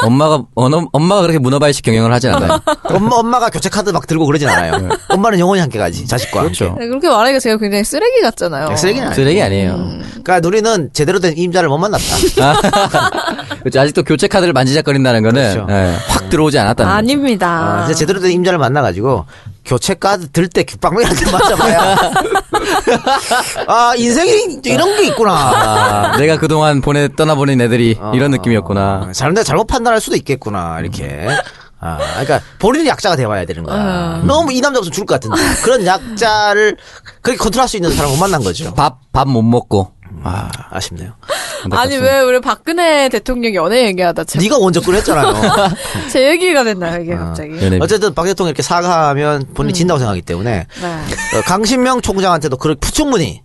D: 엄마가 언어, 엄마가 그렇게 문어발식 경영을 하진 않아요.
C: 엄마 엄마가 교체 카드 막 들고 그러진 않아요. 엄마는 영원히 함께 가지 자식과.
D: 네. 그렇죠. 어.
B: 네, 그렇게 말하니까 제가 굉장히 쓰레기 같잖아요.
C: 함께. 쓰레기는 아니에요.
D: 쓰레기 아니에요.
C: 그러니까 우리는 제대로 된 임자를 못 만났다.
D: 그렇죠. 아직도 교체 카드를 만지작거린다는 거는
C: 그렇죠.
D: 예, 확 들어오지 않았다는 거죠.
B: 아닙니다.
C: 아, 진짜 제대로 된 임자를 만나가지고 교체 카드 들 때 귓방망이한테 맞아봐야 아 인생이 이런 게 있구나
D: 아, 내가 그동안 보내 떠나보낸 애들이 이런 느낌이었구나.
C: 아, 잘못 잘못 판단할 수도 있겠구나 이렇게 아 그러니까 본인이 약자가 되어야 되는 거야 너무 이 남자 없으면 죽을 것 같은데 그런 약자를 그렇게 컨트롤할 수 있는 사람 못 만난 거죠
D: 밥 밥 못 먹고.
C: 아 아쉽네요
B: 아니 왜 우리 박근혜 대통령 연애 얘기하다 제,
C: 네가 먼저 그랬잖아요
B: 제 얘기가 됐나요
C: 아,
B: 이게 갑자기?
D: 연애.
C: 어쨌든 박 대통령 이렇게 사과하면 본인이 진다고 생각하기 때문에
B: 네.
C: 어, 강신명 총장한테도 그렇게 부충분히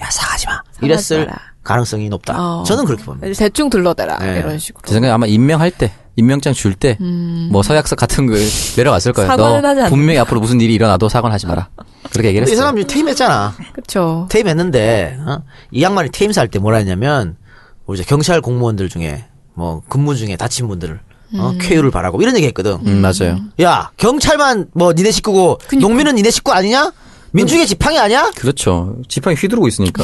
C: 야 사과하지 마 이랬을
B: 사과하지 마라.
C: 가능성이 높다.
B: 어.
C: 저는 그렇게 봅니다.
B: 대충 둘러대라
C: 네.
B: 이런 식으로.
D: 제 생각에 아마 임명할 때, 임명장 줄 때, 뭐 서약서 같은 걸 내려왔을
B: 음.
D: 거예요.
B: 사과는
D: 너
B: 하지 않는다.
D: 분명히 앞으로 무슨 일이 일어나도 사과는 하지 마라. 그렇게 얘기를
C: 근데 이
D: 했어요.
C: 사람 지금 퇴임했잖아.
B: 그렇죠.
C: 퇴임했는데 어? 이 양반이 퇴임사 할 때 뭐라 했냐면 우리 이제 경찰 공무원들 중에 뭐 근무 중에 다친 분들을 어? 쾌유를 바라고 이런 얘기했거든.
D: 음, 맞아요.
C: 야 경찰만 뭐 니네 식구고 농민은 니네 식구 아니냐? 민중의 지팡이 아니야?
D: 그렇죠. 지팡이 휘두르고 있으니까.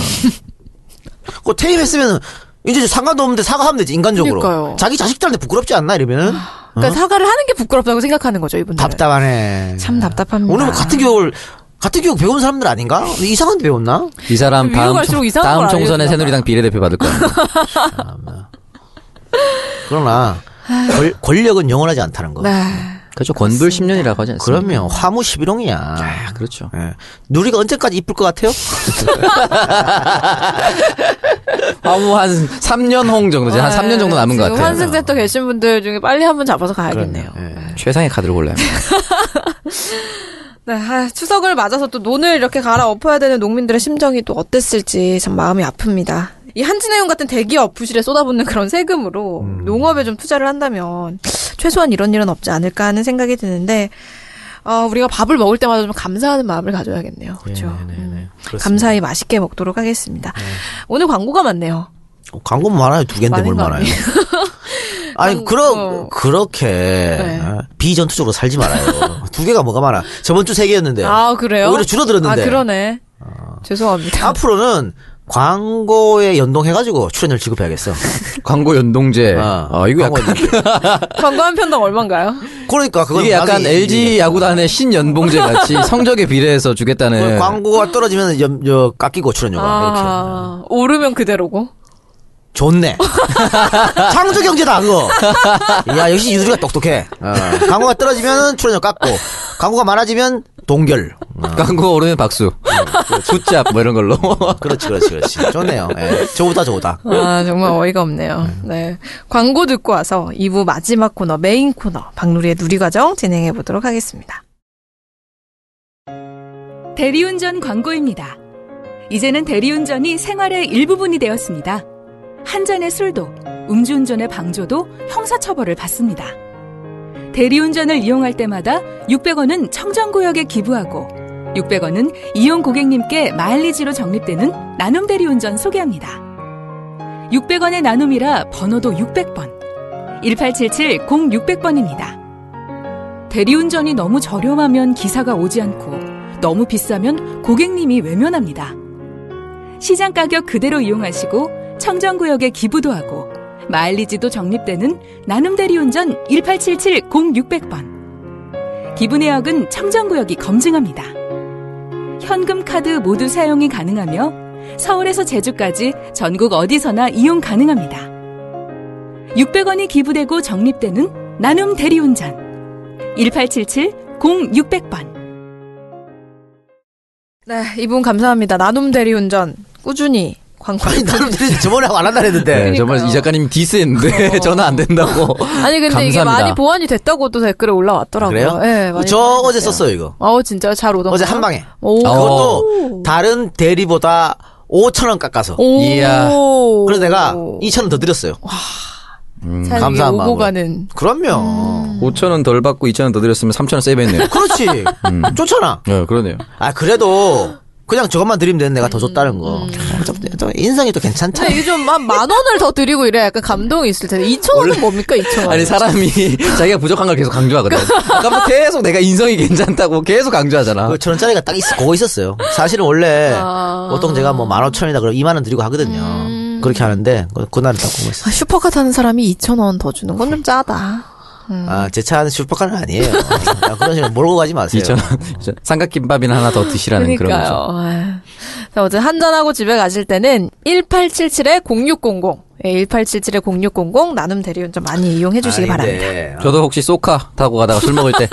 C: 그 퇴임했으면 이제 상관도 없는데 사과하면 되지 인간적으로.
B: 그러니까요.
C: 자기 자식들한테 부끄럽지 않나 이러면은
B: 그러니까 사과를 하는 게 부끄럽다고 생각하는 거죠 이분들.
C: 어? 답답하네.
B: 네. 참 답답합니다.
C: 오늘 뭐 같은 교육을 같은 교육 배운 사람들 아닌가? 이상한데 배웠나?
D: 이 사람
B: 위로
D: 다음,
B: 갈수록
D: 총-
B: 이상한
D: 다음
B: 걸
D: 총선에
B: 알려주나
D: 새누리당 비례대표 받을 거야.
C: 그러나 권, 권력은 영원하지 않다는 거.
B: 네.
D: 그렇죠. 권불 10년이라고 하지 않습니까?
C: 그러면 화무 11홍이야.
D: 아, 그렇죠.
C: 누리가 언제까지 이쁠 것 같아요?
D: 아무 한 3년 홍 정도, 이제 한 3년 정도 남은 것
B: 지금
D: 같아요.
B: 환승 센터 계신 분들 중에 빨리 한번 잡아서 가야겠네요.
D: 최상의 카드를 골라요.
B: 네, 아, 추석을 맞아서 또 논을 이렇게 갈아엎어야 되는 농민들의 심정이 또 어땠을지 참 마음이 아픕니다. 이 한진해운 같은 대기업 부실에 쏟아붓는 그런 세금으로 농업에 좀 투자를 한다면 최소한 이런 일은 없지 않을까 하는 생각이 드는데 어, 우리가 밥을 먹을 때마다 좀 감사하는 마음을 가져야겠네요. 그렇죠. 음, 감사히 맛있게 먹도록 하겠습니다. 오늘 광고가 많네요.
C: 광고 많아요. 어, 두 개인데
B: 많은
C: 뭘
B: 거
C: 많아요. 아니
B: 난-
C: 그러
B: 어.
C: 그렇게 아, 비전투적으로 살지 말아요. 두 개가 뭐가 많아. 저번 주 세 개였는데.
B: 아 그래요?
C: 네. 오히려 줄어들었는데.
B: 아 그러네. 죄송합니다.
C: 앞으로는 광고에 연동해가지고 출연료를 지급해야겠어.
D: 광고 연동제.
C: 아,
D: 아, 이거
C: 광고
D: 약간
B: 광고 한 편당 얼마인가요?
C: 그러니까 그건
D: 이게 약간
C: 나중에
D: LG
C: 얘기하겠다.
D: 야구단의 신연봉제 같이 성적에 비례해서
C: 그건
D: 주겠다는
C: 광고가 떨어지면 여, 여, 깎이고 출연료가 이렇게.
B: 아, 오르면 그대로고.
C: 좋네. 창조 경제다 그거. 야 역시 유주가 똑똑해. 어. 광고가 떨어지면 출연료 깎고 광고가 많아지면 동결. 어.
D: 광고 오르면 박수. 숫잡 뭐 이런 걸로.
C: 그렇지 그렇지 그렇지. 좋네요. 예. 좋다 좋다.
B: 아, 정말 어이가 없네요. 네. 광고 듣고 와서 2부 마지막 코너, 메인 코너, 박누리의 누리과정 진행해 보도록 하겠습니다.
F: 대리운전 광고입니다. 이제는 대리운전이 생활의 일부분이 되었습니다. 한 잔의 술도 음주운전의 방조도 형사처벌을 받습니다. 대리운전을 이용할 때마다 600원은 청정구역에 기부하고 600원은 이용 고객님께 마일리지로 적립되는 나눔 대리운전 소개합니다. 600원의 나눔이라 번호도 600번 1877-0600번입니다. 대리운전이 너무 저렴하면 기사가 오지 않고 너무 비싸면 고객님이 외면합니다. 시장 가격 그대로 이용하시고 청정구역에 기부도 하고 마일리지도 적립되는 나눔대리운전 1877-0600번 기부내역은 청정구역이 검증합니다. 현금 카드 모두 사용이 가능하며 서울에서 제주까지 전국 어디서나 이용 가능합니다. 600원이 기부되고 적립되는 나눔대리운전 1877-0600번
B: 네, 이분 감사합니다. 나눔 대리운전 꾸준히 광고.
C: 아니 나름 들이 저번에 하고 안 한다
D: 네,
C: 했는데.
D: 정말 이 작가님 디스했는데 전화 안 된다고.
B: 아니 근데 이게
D: 감사합니다.
B: 많이 보완이 됐다고 또 댓글에 올라왔더라고요.
C: 그래요?
B: 네, 많이
C: 저
B: 보완이
C: 어제
B: 됐어요.
C: 썼어요 이거.
B: 어 진짜요? 잘 오던가?
C: 어제 한 방에.
B: 오.
C: 그것도 다른 대리보다 5천 원 깎아서.
B: 오.
D: 이야.
C: 그래서 내가 2천 원 더 드렸어요. 감사한
B: 감사한 오고
C: 마음으로.
B: 가는. 음.
C: 그럼요.
D: 5천 원 덜 받고 2천 원 더 드렸으면 3천 원 세이브했네요.
C: 그렇지. 좋잖아.
D: 네, 그러네요.
C: 아 그래도 그냥 저것만 드리면 되는
B: 음,
C: 내가 더 줬다는 거. 어, 좀- 좀 인상이 또 괜찮잖아.
B: 근데 요즘 한 만 원을 더 드리고 이래 약간 감동이 있을 텐데 2천 원은 뭡니까 2천 원?
D: 아니 사람이 자기가 부족한 걸 계속 강조하거든. 아까부터 뭐 계속 내가 인성이 괜찮다고 계속 강조하잖아.
C: 그 천원짜리가 딱 있어, 그거 있었어요. 사실은 원래
B: 아. 음.
C: 보통 제가 뭐 만오천이다 그럼 이만원 드리고 하거든요. 그렇게 하는데 그- 그날은 딱 그거 있어.
B: 아, 슈퍼카 타는 사람이 2천 원 더 주는 건 좀 짜다.
C: 아, 제 차는 슈퍼카는 아니에요. 아, 그런 식으로 몰고 가지 마세요.
D: 2천 원 삼각김밥이나 하나 더 드시라는 그런 거죠.
B: 아유. 자, 어제 한잔하고 집에 가실 때는 1877-0600. 1877-0600 나눔 대리운전 많이 이용해 주시기
C: 아,
B: 바랍니다.
C: 바랍니다.
D: 저도 혹시 소카 타고 가다가 술 먹을 때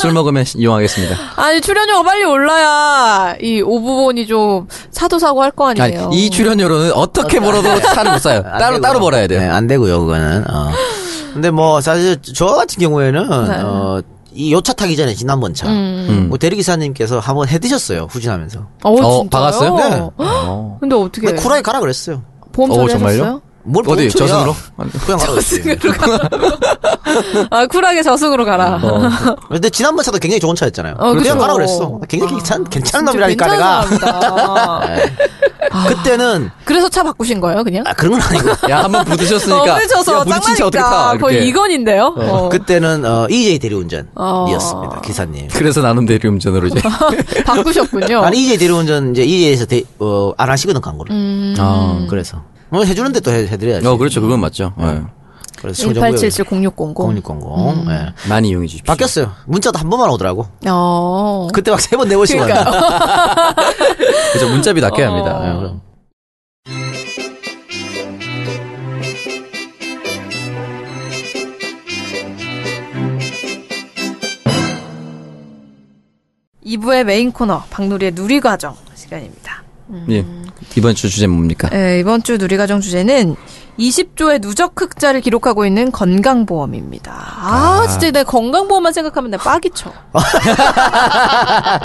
D: 술 먹으면 이용하겠습니다.
B: 아니, 출연료가 빨리 올라야 이 오부본이 좀 사도 사고 할 거
D: 아니
B: 아니에요.
D: 이 출연료로는 어떻게 벌어도 차를 못 사요. 네. 따로 따로 벌어야 돼요.
C: 네, 안 되고요, 그거는. 어. 근데 뭐 사실 저 같은 경우에는
B: 네.
C: 어, 이 요차 타기 전에 지난번 차.
D: 음.
C: 뭐 대리기사님께서 한번 해드셨어요 후진하면서
B: 어,
D: 어,
B: 진짜요?
D: 박았어요?
C: 네.
D: 어.
B: 근데 어떻게
C: 근데 쿨하게 가라 그랬어요
B: 보험
D: 어, 정말요?
B: 처리하셨어요?
C: 뭘
D: 어디
C: 멈춰야.
D: 저승으로?
C: 그냥 가라 그랬지
B: 아, 쿨하게 저승으로 가라.
C: 근데 지난번 차도 굉장히 좋은 차였잖아요
B: 어,
C: 그냥
B: 그렇죠.
C: 가라 그랬어 굉장히 괜찮,
B: 진짜
C: 괜찮은 놈이라니까 내가 네.
B: 괜찮은 사람이다. 아.
C: 그때는
B: 그래서 차 바꾸신 거예요, 그냥?
C: 아 그러니까. 그런 건 아니고
D: 어. 야 한번 부딪혔으니까
B: 부딪혀서
D: 야, 부딪힌 차 어떻게 타?
B: 짱나니까 거의
D: 이렇게.
B: 이건인데요. 어.
C: 그때는 어, EJ 대리운전이었습니다 기사님
D: 그래서 나눔 대리운전으로 이제
B: 바꾸셨군요.
C: 아니 EJ 대리운전 이제 EJ에서 대, 어, 안 하시거든 광고를
B: 음,
D: 아.
C: 그래서 뭐 해주는데 또 해, 해드려야지
D: 어 그렇죠 그건 맞죠. 예.
C: 그래서 청정구역
B: 1877-0600.
C: 0600
B: 음.
C: 예.
D: 많이 이용해 주십시오.
C: 바뀌었어요 문자도 한 번만 오더라고
B: 어.
C: 그때 막 세 번 네 번씩 왔는데
D: 그죠 문자비 낚여야 합니다. 예, 그럼.
B: 이부의 메인 코너, 박누리의 누리과정 시간입니다.
D: 예. 이번 주 주제 뭡니까?
B: 네, 이번 주 누리과정 주제는 20조의 누적 흑자를 기록하고 있는 건강보험입니다. 아, 진짜 내 건강보험만 생각하면 내 빡이 쳐.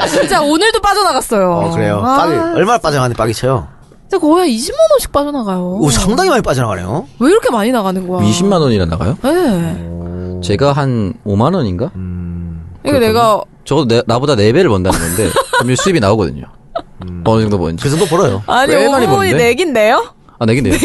B: 진짜 오늘도 빠져나갔어요.
C: 어, 그래요.
B: 아,
C: 빠기, 얼마나 빠져나가는데 빠기 쳐요?
B: 진짜 거의 한 20만원씩 빠져나가요.
C: 오, 상당히 많이 빠져나가네요.
B: 왜 이렇게 많이 나가는 거야?
D: 20만 원이나 나가요?
B: 네.
D: 제가 한 5만 원인가?
B: 이거 내가
D: 저도 내- 나보다 4배를 번다는 건데 그럼 수입이 나오거든요. 어느 정도 번지.
C: 그 정도 벌어요.
B: 아니
D: 꽤 많이
B: 오분이
D: 번데?
B: 내긴데요?
D: 아, 내긴 내요.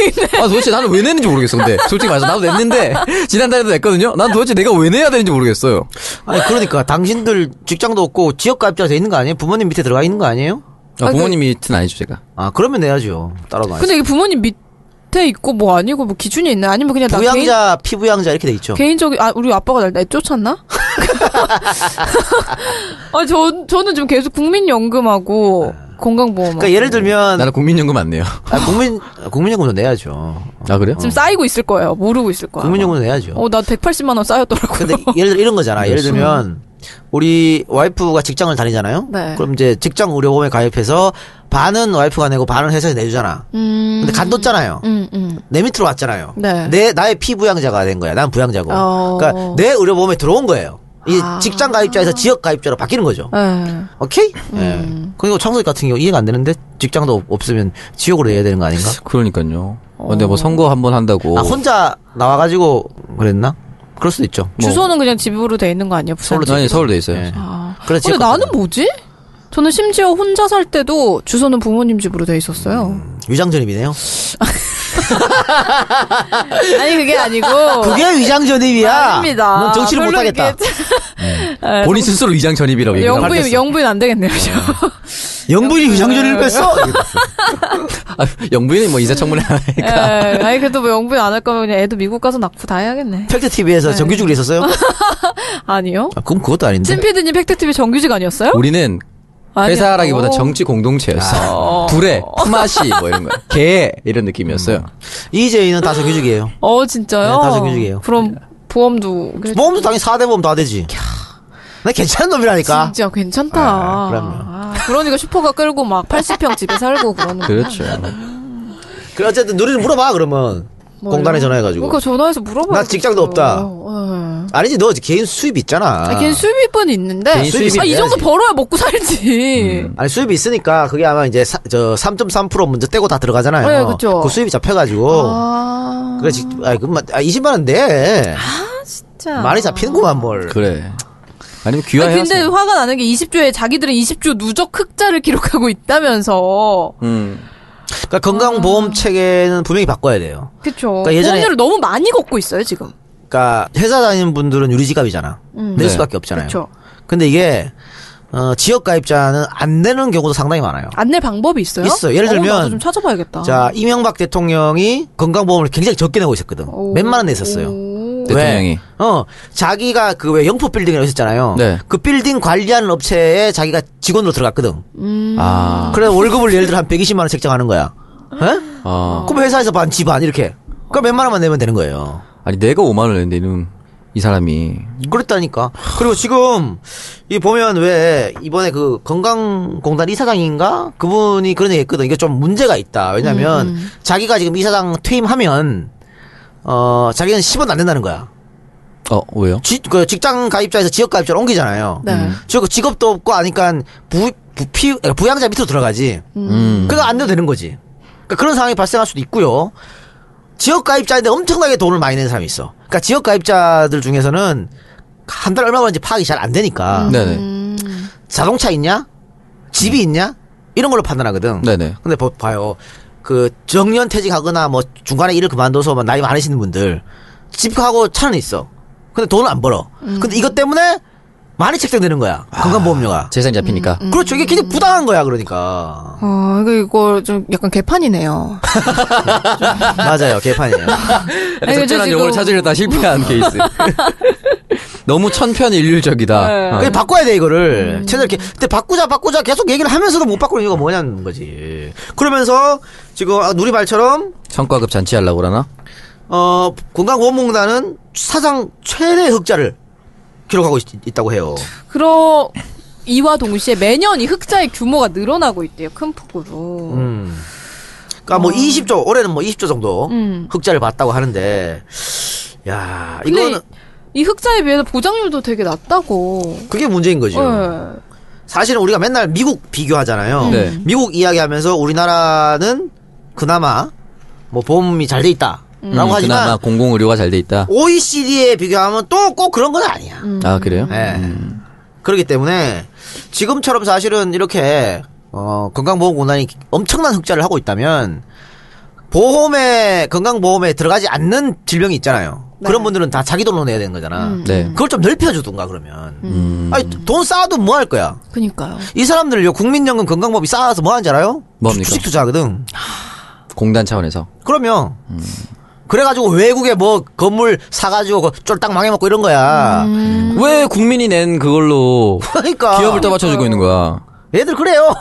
D: 아, 도대체 나는 왜 내는지 모르겠어, 근데. 솔직히 말해서 나도 냈는데, 지난달에도 냈거든요? 난 도대체 내가 왜 내야 되는지 모르겠어요.
C: 아니 그러니까 당신들 직장도 없고 지역가입자로 돼 있는 거 아니에요? 부모님 밑에 들어가 있는 거 아니에요?
B: 그
D: 아, 부모님 밑은 아니죠, 제가.
C: 아 그러면 내야죠. 따로 나.
B: 근데 이게 부모님 밑에 있고 뭐 아니고 뭐 기준이 있나? 아니면 그냥 나 개인
C: 부양자, 피부양자 이렇게 돼 있죠.
B: 개인적인 아 우리 아빠가 날, 날 쫓았나? 아저 저는 지금 계속 국민연금하고 건강보험하고
C: 그러니까 예를
B: 아.
C: 들면
D: 나는 국민연금 안 내요.
C: 아, 국민 국민연금도 내야죠.
D: 아, 그래요?
B: 지금 쌓이고 있을 거예요. 모르고 있을 거야.
C: 국민연금도 내야죠.
B: 어나 그렇죠. 180만 원 쌓였더라고요.
C: 근데 예를 들어 이런 거잖아. 예를 들면 우리 와이프가 직장을 다니잖아요.
B: 네.
C: 그럼 이제 직장 의료보험에 가입해서 반은 와이프가 내고 반은 회사에서 내주잖아.
B: 음,
C: 근데 간뒀잖아요.
B: 음, 음.
C: 내 밑으로 왔잖아요.
B: 네.
C: 내 나의 피부양자가 된 거야. 난 부양자고.
B: 어.
C: 그러니까 내 의료보험에 들어온 거예요. 이
B: 아.
C: 직장 가입자에서 지역 가입자로 바뀌는 거죠.
B: 예.
C: 오케이? 예. 그리고 청소기 같은 경우 이해가 안 되는데 직장도 없- 없으면 지역으로 해야 되는 거 아닌가?
D: 그러니까요. 어, 근데 뭐 선거 한번 한다고.
C: 아 혼자 나와가지고 그랬나? 그럴 수도 있죠.
D: 뭐-
B: 주소는 그냥 집으로 돼 있는 거 아니에요? 부산.
D: 아니, 서울에 돼 있어요.
C: 예.
B: 아.
C: 그래서
B: 근데
C: 지역
B: 나는 뭐지? 저는 심지어 혼자 살 때도 주소는 부모님 집으로 돼 있었어요.
C: 음. 위장전입이네요.
B: 아니 그게 아니고
C: 그게 위장전입이야.
B: 아닙니다.
C: 넌 정치를
B: 별로
C: 못하겠다.
B: 이게
D: 본인 스스로 위장
C: 뭐
D: 전입이라고 얘기하고.
B: 아, 영부인 영부인 안 되겠네요. 저.
C: 영부인이
B: 네.
C: 위장전을 뺐어.
D: 아, 영부인이 뭐 이사청문회 하니까.
B: 예. 아니 그래도 뭐 영부인 안 할 거면 그냥 애도 미국 가서 낙후 다 해야겠네.
C: 팩트 TV에서 정규직으로 있었어요?
B: 아니요.
C: 아, 그럼 그것도 아닌데.
B: 진피드님 팩트 TV 정규직 아니었어요?
D: 우리는
B: 아니요. 어. 아.
D: 회사라기보다
B: 오.
D: 정치 공동체였어. 불에, 품앗이, 뭐 이런 거. 개, 이런 느낌이었어요.
B: 음.
C: 이재희는 다 정규직이에요.
B: 어 진짜요?
C: 네, 뭐 다 정규직이에요.
B: 그럼 보험도 그래,
C: 모험도 당연히 4대 보험 다 되지. 나 괜찮은 놈이라니까.
B: 진짜 괜찮다.
C: 아, 그럼요.
B: 아, 그러니까 슈퍼가 끌고 막 80평 집에 살고 그러는
D: 그렇죠.
C: 그래 어쨌든 누리를 물어봐 그러면
B: 뭐
C: 공단에
B: 이런-
C: 전화해가지고.
B: 그러니까 전화해서 예. 물어봐.
C: 나 직장도 없다. 아니지 너 개인 수입 있잖아.
B: 아, 걔 수입은 있는데
D: 개인 수입이
B: 아, 이 정도
C: 돼야지. 음.
B: 벌어야 먹고 살지.
C: 아니 수입이 있으니까 그게 아마 이제 사- 저 3.3% 먼저 떼고 다 들어가잖아요.
B: 네, 그쵸.
C: 그 수입이 잡혀가지고.
B: 아,
C: 그래 지, 아이 그만 아 20만 원 내.
B: 진짜.
C: 많이 잡히는구만 뭘.
D: 그래. 아니면
B: 아니,
D: 귀화해서.
B: 근데 화가 나는 게 20조에 자기들은 20조 누적 흑자를 기록하고 있다면서.
D: 음.
C: 그러니까 건강보험 체계는 분명히 바꿔야 돼요.
B: 그쵸.
C: 그러니까 예전에-
B: 보험료를 너무 많이 걷고 있어요, 지금.
C: 그러니까 회사 다니는 분들은 유리지갑이잖아. 낼
D: 네.
C: 수밖에 없잖아요.
B: 음. 그쵸.
C: 근데 이게 어, 지역 가입자는 안 내는 경우도 상당히 많아요.
B: 안 낼 방법이 있어요?
C: 있어요. 예를
B: 어,
C: 들면-
B: 나도 좀 찾아봐야겠다.
C: 자 이명박 대통령이 건강보험을 굉장히 적게 내고 있었거든.
B: 오.
C: 몇만 원 냈었어요.
B: 오.
D: 대통령이.
C: 왜? 어 자기가 그 왜 영포 빌딩이라고 했었잖아요.
D: 네.
C: 그 빌딩 관리하는 업체에 자기가 직원으로 들어갔거든.
B: 음.
D: 아.
C: 그래서 월급을 예를 들어 한 120만 원 책정하는 거야. 에?
B: 어.
D: 아.
C: 그럼 회사에서 반, 지반 이렇게. 그럼 몇만 원만 내면 되는 거예요.
D: 아니, 내가 5만원 냈는데, 이놈. 이 사람이.
C: 그랬다니까. 그리고 지금 이 보면 왜 이번에 그 건강공단 이사장인가 그분이 그런 얘기했거든. 이게 좀 문제가 있다. 왜냐면 자기가 지금 이사장 퇴임하면 어 자기는 10원 안 된다는 거야.
D: 어, 왜요?
C: 지, 그 직장 가입자에서 지역 가입자로 옮기잖아요.
B: 네.
C: 저 직업도 없고 하니까 부, 부피 부양자 밑으로 들어가지.
D: 음.
C: 그래서 안 돼도 되는 거지. 그러니까 그런 상황이 발생할 수도 있고요. 지역 가입자인데 엄청나게 돈을 많이 내는 사람이 있어. 그러니까 지역 가입자들 중에서는 한 달 얼마 버는지 파악이 잘 안 되니까
B: 음.
D: 음. 네네. 음.
C: 자동차 있냐, 집이 있냐 이런 걸로 판단하거든.
D: 네네.
C: 근데 봐- 봐요, 그 정년 퇴직하거나 뭐 중간에 일을 그만둬서 막 나이 많으시는 분들 집하고 차는 있어. 근데 돈을 안 벌어.
D: 음.
C: 근데 이것 때문에 많이 책정되는 거야
D: 아,
C: 건강보험료가.
D: 재산이
B: 음.
D: 잡히니까.
C: 그렇죠. 이게 굉장히 부당한 거야 그러니까.
B: 아, 이거, 이거 좀 약간 개판이네요.
C: 맞아요 개판이에요.
B: 아니, 저
D: 적절한
B: 지금-
D: 용어를 찾으려다 실패한 케이스. 너무
B: 네.
D: 천편일률적이다.
B: 아.
D: 어.
C: 그냥 바꿔야 돼
B: 음.
C: 이거를 최대 이렇게 근데 바꾸자 바꾸자 계속 얘기를 하면서도 못 바꾸는 이유가 뭐냐는 거지 그러면서 지금 아, 누리말처럼
D: 성과급 잔치하려고 그러나?
C: 어 건강보험공단은 사상 최대 흑자를 기록하고 있, 다고 해요
B: 그러, 이와 동시에 매년 이 흑자의 규모가 늘어나고 있대요, 큰 폭으로.
C: 음. 그러니까 뭐 20조 올해는 뭐 20조 정도
B: 어. 음.
C: 흑자를 봤다고 하는데 야
B: 근데
C: 이거는
B: 이 흑자에 비해서 보장률도 되게 낮다고.
C: 그게 문제인 거죠
B: 예.
C: 사실은 우리가 맨날 미국
B: 음.
C: 비교하잖아요.
D: 네.
C: 미국 이야기하면서 우리나라는 그나마 뭐 보험이 잘 돼 있다라고
D: 음, 그나마
C: 하지만
D: 공공의료가 잘 돼 있다.
C: OECD에 비교하면 또 꼭 그런 건 아니야.
B: 음.
D: 아, 그래요?
C: 예. 그렇기 때문에 지금처럼 사실은 이렇게 어, 건강보험공단이 엄청난 흑자를 하고 있다면 보험에 건강보험에 들어가지 않는 질병이 있잖아요. 그런 분들은 다 자기 돈으로 내야 되는 거잖아.
D: 네.
C: 그걸 좀 넓혀주든가 그러면. 아니 돈 쌓아도 뭐 할 거야.
B: 그니까요.
C: 이 사람들요 국민연금 건강보험이 쌓아서 뭐 하는지 알아요?
D: 뭡니까?
C: 주- 주식 투자하거든.
D: 공단 차원에서.
C: 그러면 그래가지고 외국에 뭐 건물 사가지고 그 쫄딱 망해먹고 이런 거야.
B: 음.
D: 왜 국민이 낸 그걸로
C: 그러니까
D: 음. 기업을 떠받쳐주고 있는 거야?
C: 얘들 그래요.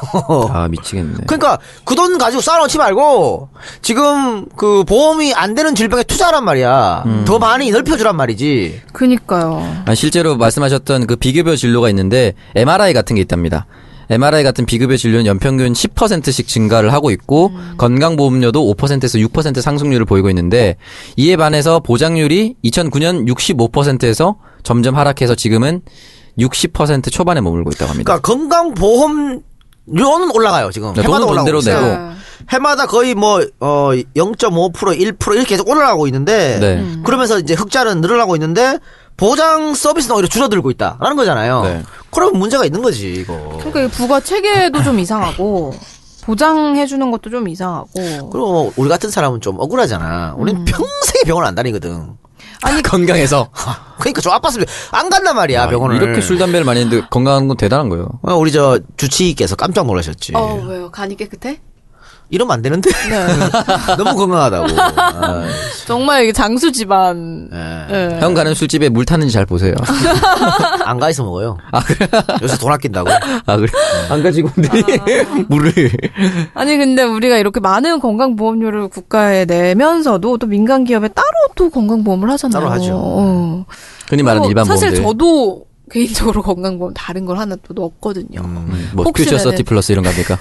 D: 아 미치겠네.
C: 그러니까 그 돈 가지고 쌓아놓지 말고 지금 그 보험이 안 되는 질병에 투자하란 말이야.
D: 음.
C: 더 많이 넓혀주란 말이지.
B: 그니까요.
D: 아, 실제로 말씀하셨던 그 비급여 진료가 있는데 MRI 같은 게 있답니다. MRI 같은 비급여 진료는 연평균 10%씩 증가를 하고 있고
B: 음.
D: 건강보험료도 5%에서 6% 상승률을 보이고 있는데 이에 반해서 보장률이 2009년 65%에서 점점 하락해서 지금은 60% 초반에 머물고 있다고 합니다.
C: 그러니까 건강보험료는 올라가요 지금.
D: 네,
C: 해마다
D: 돈은
C: 올라가고
D: 돈대로
C: 있어요.
B: 예.
D: 내고.
C: 해마다 거의 뭐0.5% 1% 이렇게 계속 올라가고 있는데
D: 네.
G: 음.
C: 그러면서 이제 흑자는 늘어나고 있는데 보장 서비스는 오히려 줄어들고 있다라는 거잖아요.
D: 네. 음.
C: 그러면 문제가 있는 거지 이거.
B: 그러니까 이 부가 체계도 좀 이상하고 보장해주는 것도 좀 이상하고.
C: 그리고 뭐 우리 같은 사람은 좀 억울하잖아.
G: 음.
C: 우리는 평생에 병원 안 다니거든.
D: 건강해서
C: 그러니까 저 아팠으면 안 간단 말이야 병원을.
D: 이렇게 술 담배를 많이 했는데 건강한 건 대단한 거예요.
C: 어, 우리 저 주치의께서 깜짝 놀라셨지.
G: 어 왜요? 간이 깨끗해? 네.
C: 이러면 안 되는데. 너무 건강하다고. 아,
B: 정말 이게 장수 집안.
C: 예.
D: 형 가는 술집에 물 타는지 잘 보세요.
B: 아.
C: 안 가있어 먹어요. 요새 돈 아낀다고.
D: 아 그래 안 가지고 오는데 물을
B: 아니 근데 우리가 이렇게 많은 건강보험료를 국가에 내면서도 또 민간 기업에 따로 또 건강보험을 하잖아요.
C: 따로 하죠.
B: 어.
D: 흔히 말하는
B: 어,
D: 일반
B: 사실
D: 보험들.
B: 저도 개인적으로 건강보험 다른 걸 하나 또 넣었거든요.
D: 뭐
B: 혹시나
D: 퓨처 서티
B: 네.
D: 플러스 이런 겁니까?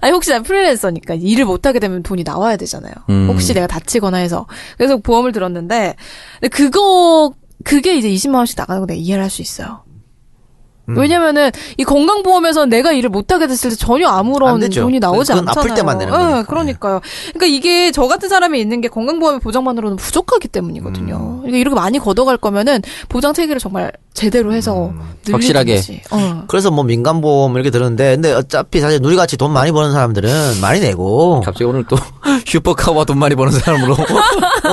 B: 아니 혹시 난 프리랜서니까 일을 못하게 되면 돈이 나와야 되잖아요.
D: 음.
B: 혹시 내가 다치거나 해서 그래서 보험을 들었는데 근데 그거 그게 이제 20만 원씩 나가는 거 내가 이해를 할 수 있어요.
C: 음.
B: 왜냐면은 이 건강보험에서 내가 일을 못하게 됐을 때 전혀
C: 안
B: 아무런
C: 되죠.
B: 돈이 나오지
C: 그건
B: 않잖아요.
C: 아플 때만 내는
B: 예,
C: 거니까.
B: 그러니까요. 그러니까 이게 저 같은 사람이 있는 게 건강보험의 보장만으로는 부족하기 때문이거든요.
C: 음.
B: 그러니까 이렇게 많이 걷어갈 거면은 보장 체계를 정말 제대로 해서
C: 음.
B: 늘리든지.
D: 확실하게.
B: 어.
C: 그래서 뭐 민간보험 이렇게 들었는데 근데 어차피 사실 우리 같이 돈 많이 버는 사람들은 많이 내고
D: 갑자기 오늘 또 슈퍼카와 돈 많이 버는 사람으로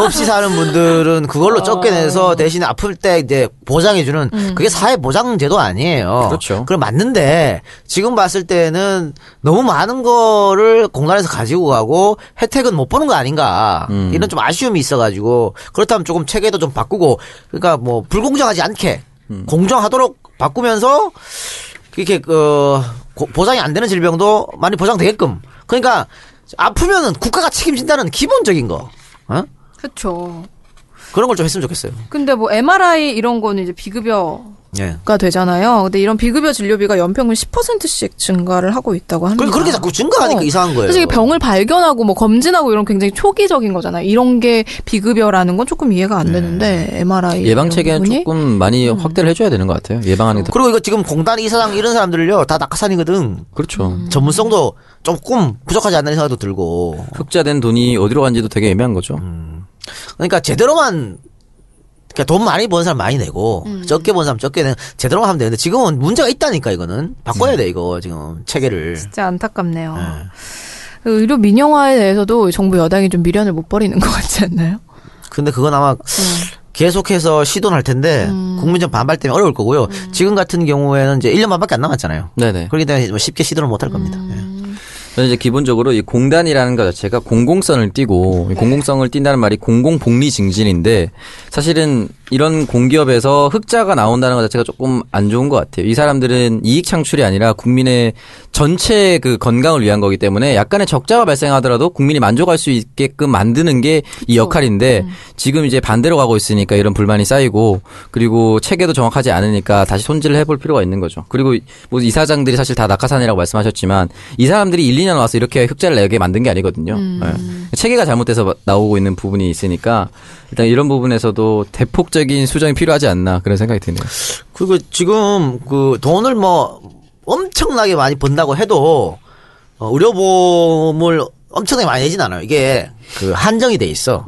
C: 없이 사는 분들은
D: 어.
C: 그걸로 적게 내서 대신 아플 때 이제 보장해주는 그게 사회 보장 제도 아니에요.
D: 음. 그렇죠.
C: 그럼 맞는데 지금 봤을 때는 너무 많은 거를 공단에서 가지고 가고 혜택은 못 보는 거 아닌가
D: 음.
C: 이런 좀 아쉬움이 있어가지고 그렇다면 조금 체계도 좀 바꾸고 그러니까 뭐 불공정하지 않게
D: 음.
C: 공정하도록 바꾸면서 이렇게 그 고- 보장이 안 되는 질병도 많이 보장되게끔 그러니까 아프면은 국가가 책임진다는 기본적인 거. 어?
B: 그렇죠.
C: 그런 걸 좀 했으면 좋겠어요.
B: 근데 뭐 MRI 이런 거는 이제 비급여
C: 예.
B: 가 되잖아요. 근데 이런 비급여 진료비가 연평균 10%씩 증가를 하고 있다고 합니다.
C: 그 그렇게 자꾸 증가하니까
B: 어.
C: 이상한 거예요.
B: 사실 이게 병을 발견하고 뭐 검진하고 이런 굉장히 초기적인 거잖아요. 이런 게 비급여라는 건 조금 이해가
C: 네.
B: 안 되는데 MRI
D: 예방
B: 이런
D: 체계는
B: 부분이?
D: 조금 많이 음. 확대를 해줘야 되는 것 같아요. 예방하는 게 더-
C: 그리고 이거 지금 공단 이사장 이런 사람들을요 다 낙하산이거든.
D: 그렇죠.
C: 전문성도 조금 부족하지 않나 생각도 들고.
D: 흑자된 돈이 어디로 간지도 되게 애매한 거죠.
C: 그러니까 제대로만 그러니까 돈 많이 버는 사람 많이 내고
B: 음.
C: 적게 버는 사람 적게 내고 제대로만 하면 되는데 지금은 문제가 있다니까 이거는 바꿔야 돼 이거 지금 체계를.
B: 진짜 안타깝네요. 그 의료 민영화에 대해서도 정부 여당이 좀 미련을 못 버리는 것 같지 않나요?
C: 근데 그건 아마
B: 음.
C: 계속해서 시도는 할 텐데 국민적 반발 때문에 어려울 거고요.
B: 음.
C: 지금 같은 경우에는 이제 1년 반밖에 안 남았잖아요.
D: 네네.
C: 그렇기 때문에 뭐 쉽게 시도를 못 할 겁니다.
B: 음.
C: 예.
D: 저는 이제 기본적으로 이 공단이라는 것 자체가 공공성을 띠고 이 공공성을 띈다는 말이 공공복리 증진인데 사실은 이런 공기업에서 흑자가 나온다는 것 자체가 조금 안 좋은 것 같아요. 이 사람들은 이익 창출이 아니라 국민의 전체 그 건강을 위한 거기 때문에 약간의 적자가 발생하더라도 국민이 만족할 수 있게끔 만드는 게 이 역할인데 지금 이제 반대로 가고 있으니까 이런 불만이 쌓이고 그리고 체계도 정확하지 않으니까 다시 손질을 해볼 필요가 있는 거죠. 그리고 뭐 이사장들이 사실 다 낙하산이라고 말씀하셨지만 이 사람들이 1, 2년 와서 이렇게 흑자를 내게 만든 게 아니거든요. 예. 체계가 잘못돼서 나오고 있는 부분이 있으니까 일단 이런 부분에서도 대폭적인 수정이 필요하지 않나 그런 생각이 드네요.
C: 그리고 지금 그 돈을 뭐 엄청나게 많이 번다고 해도 어, 의료보험을 엄청나게 많이 내진 않아요. 이게 그 한정이 돼 있어.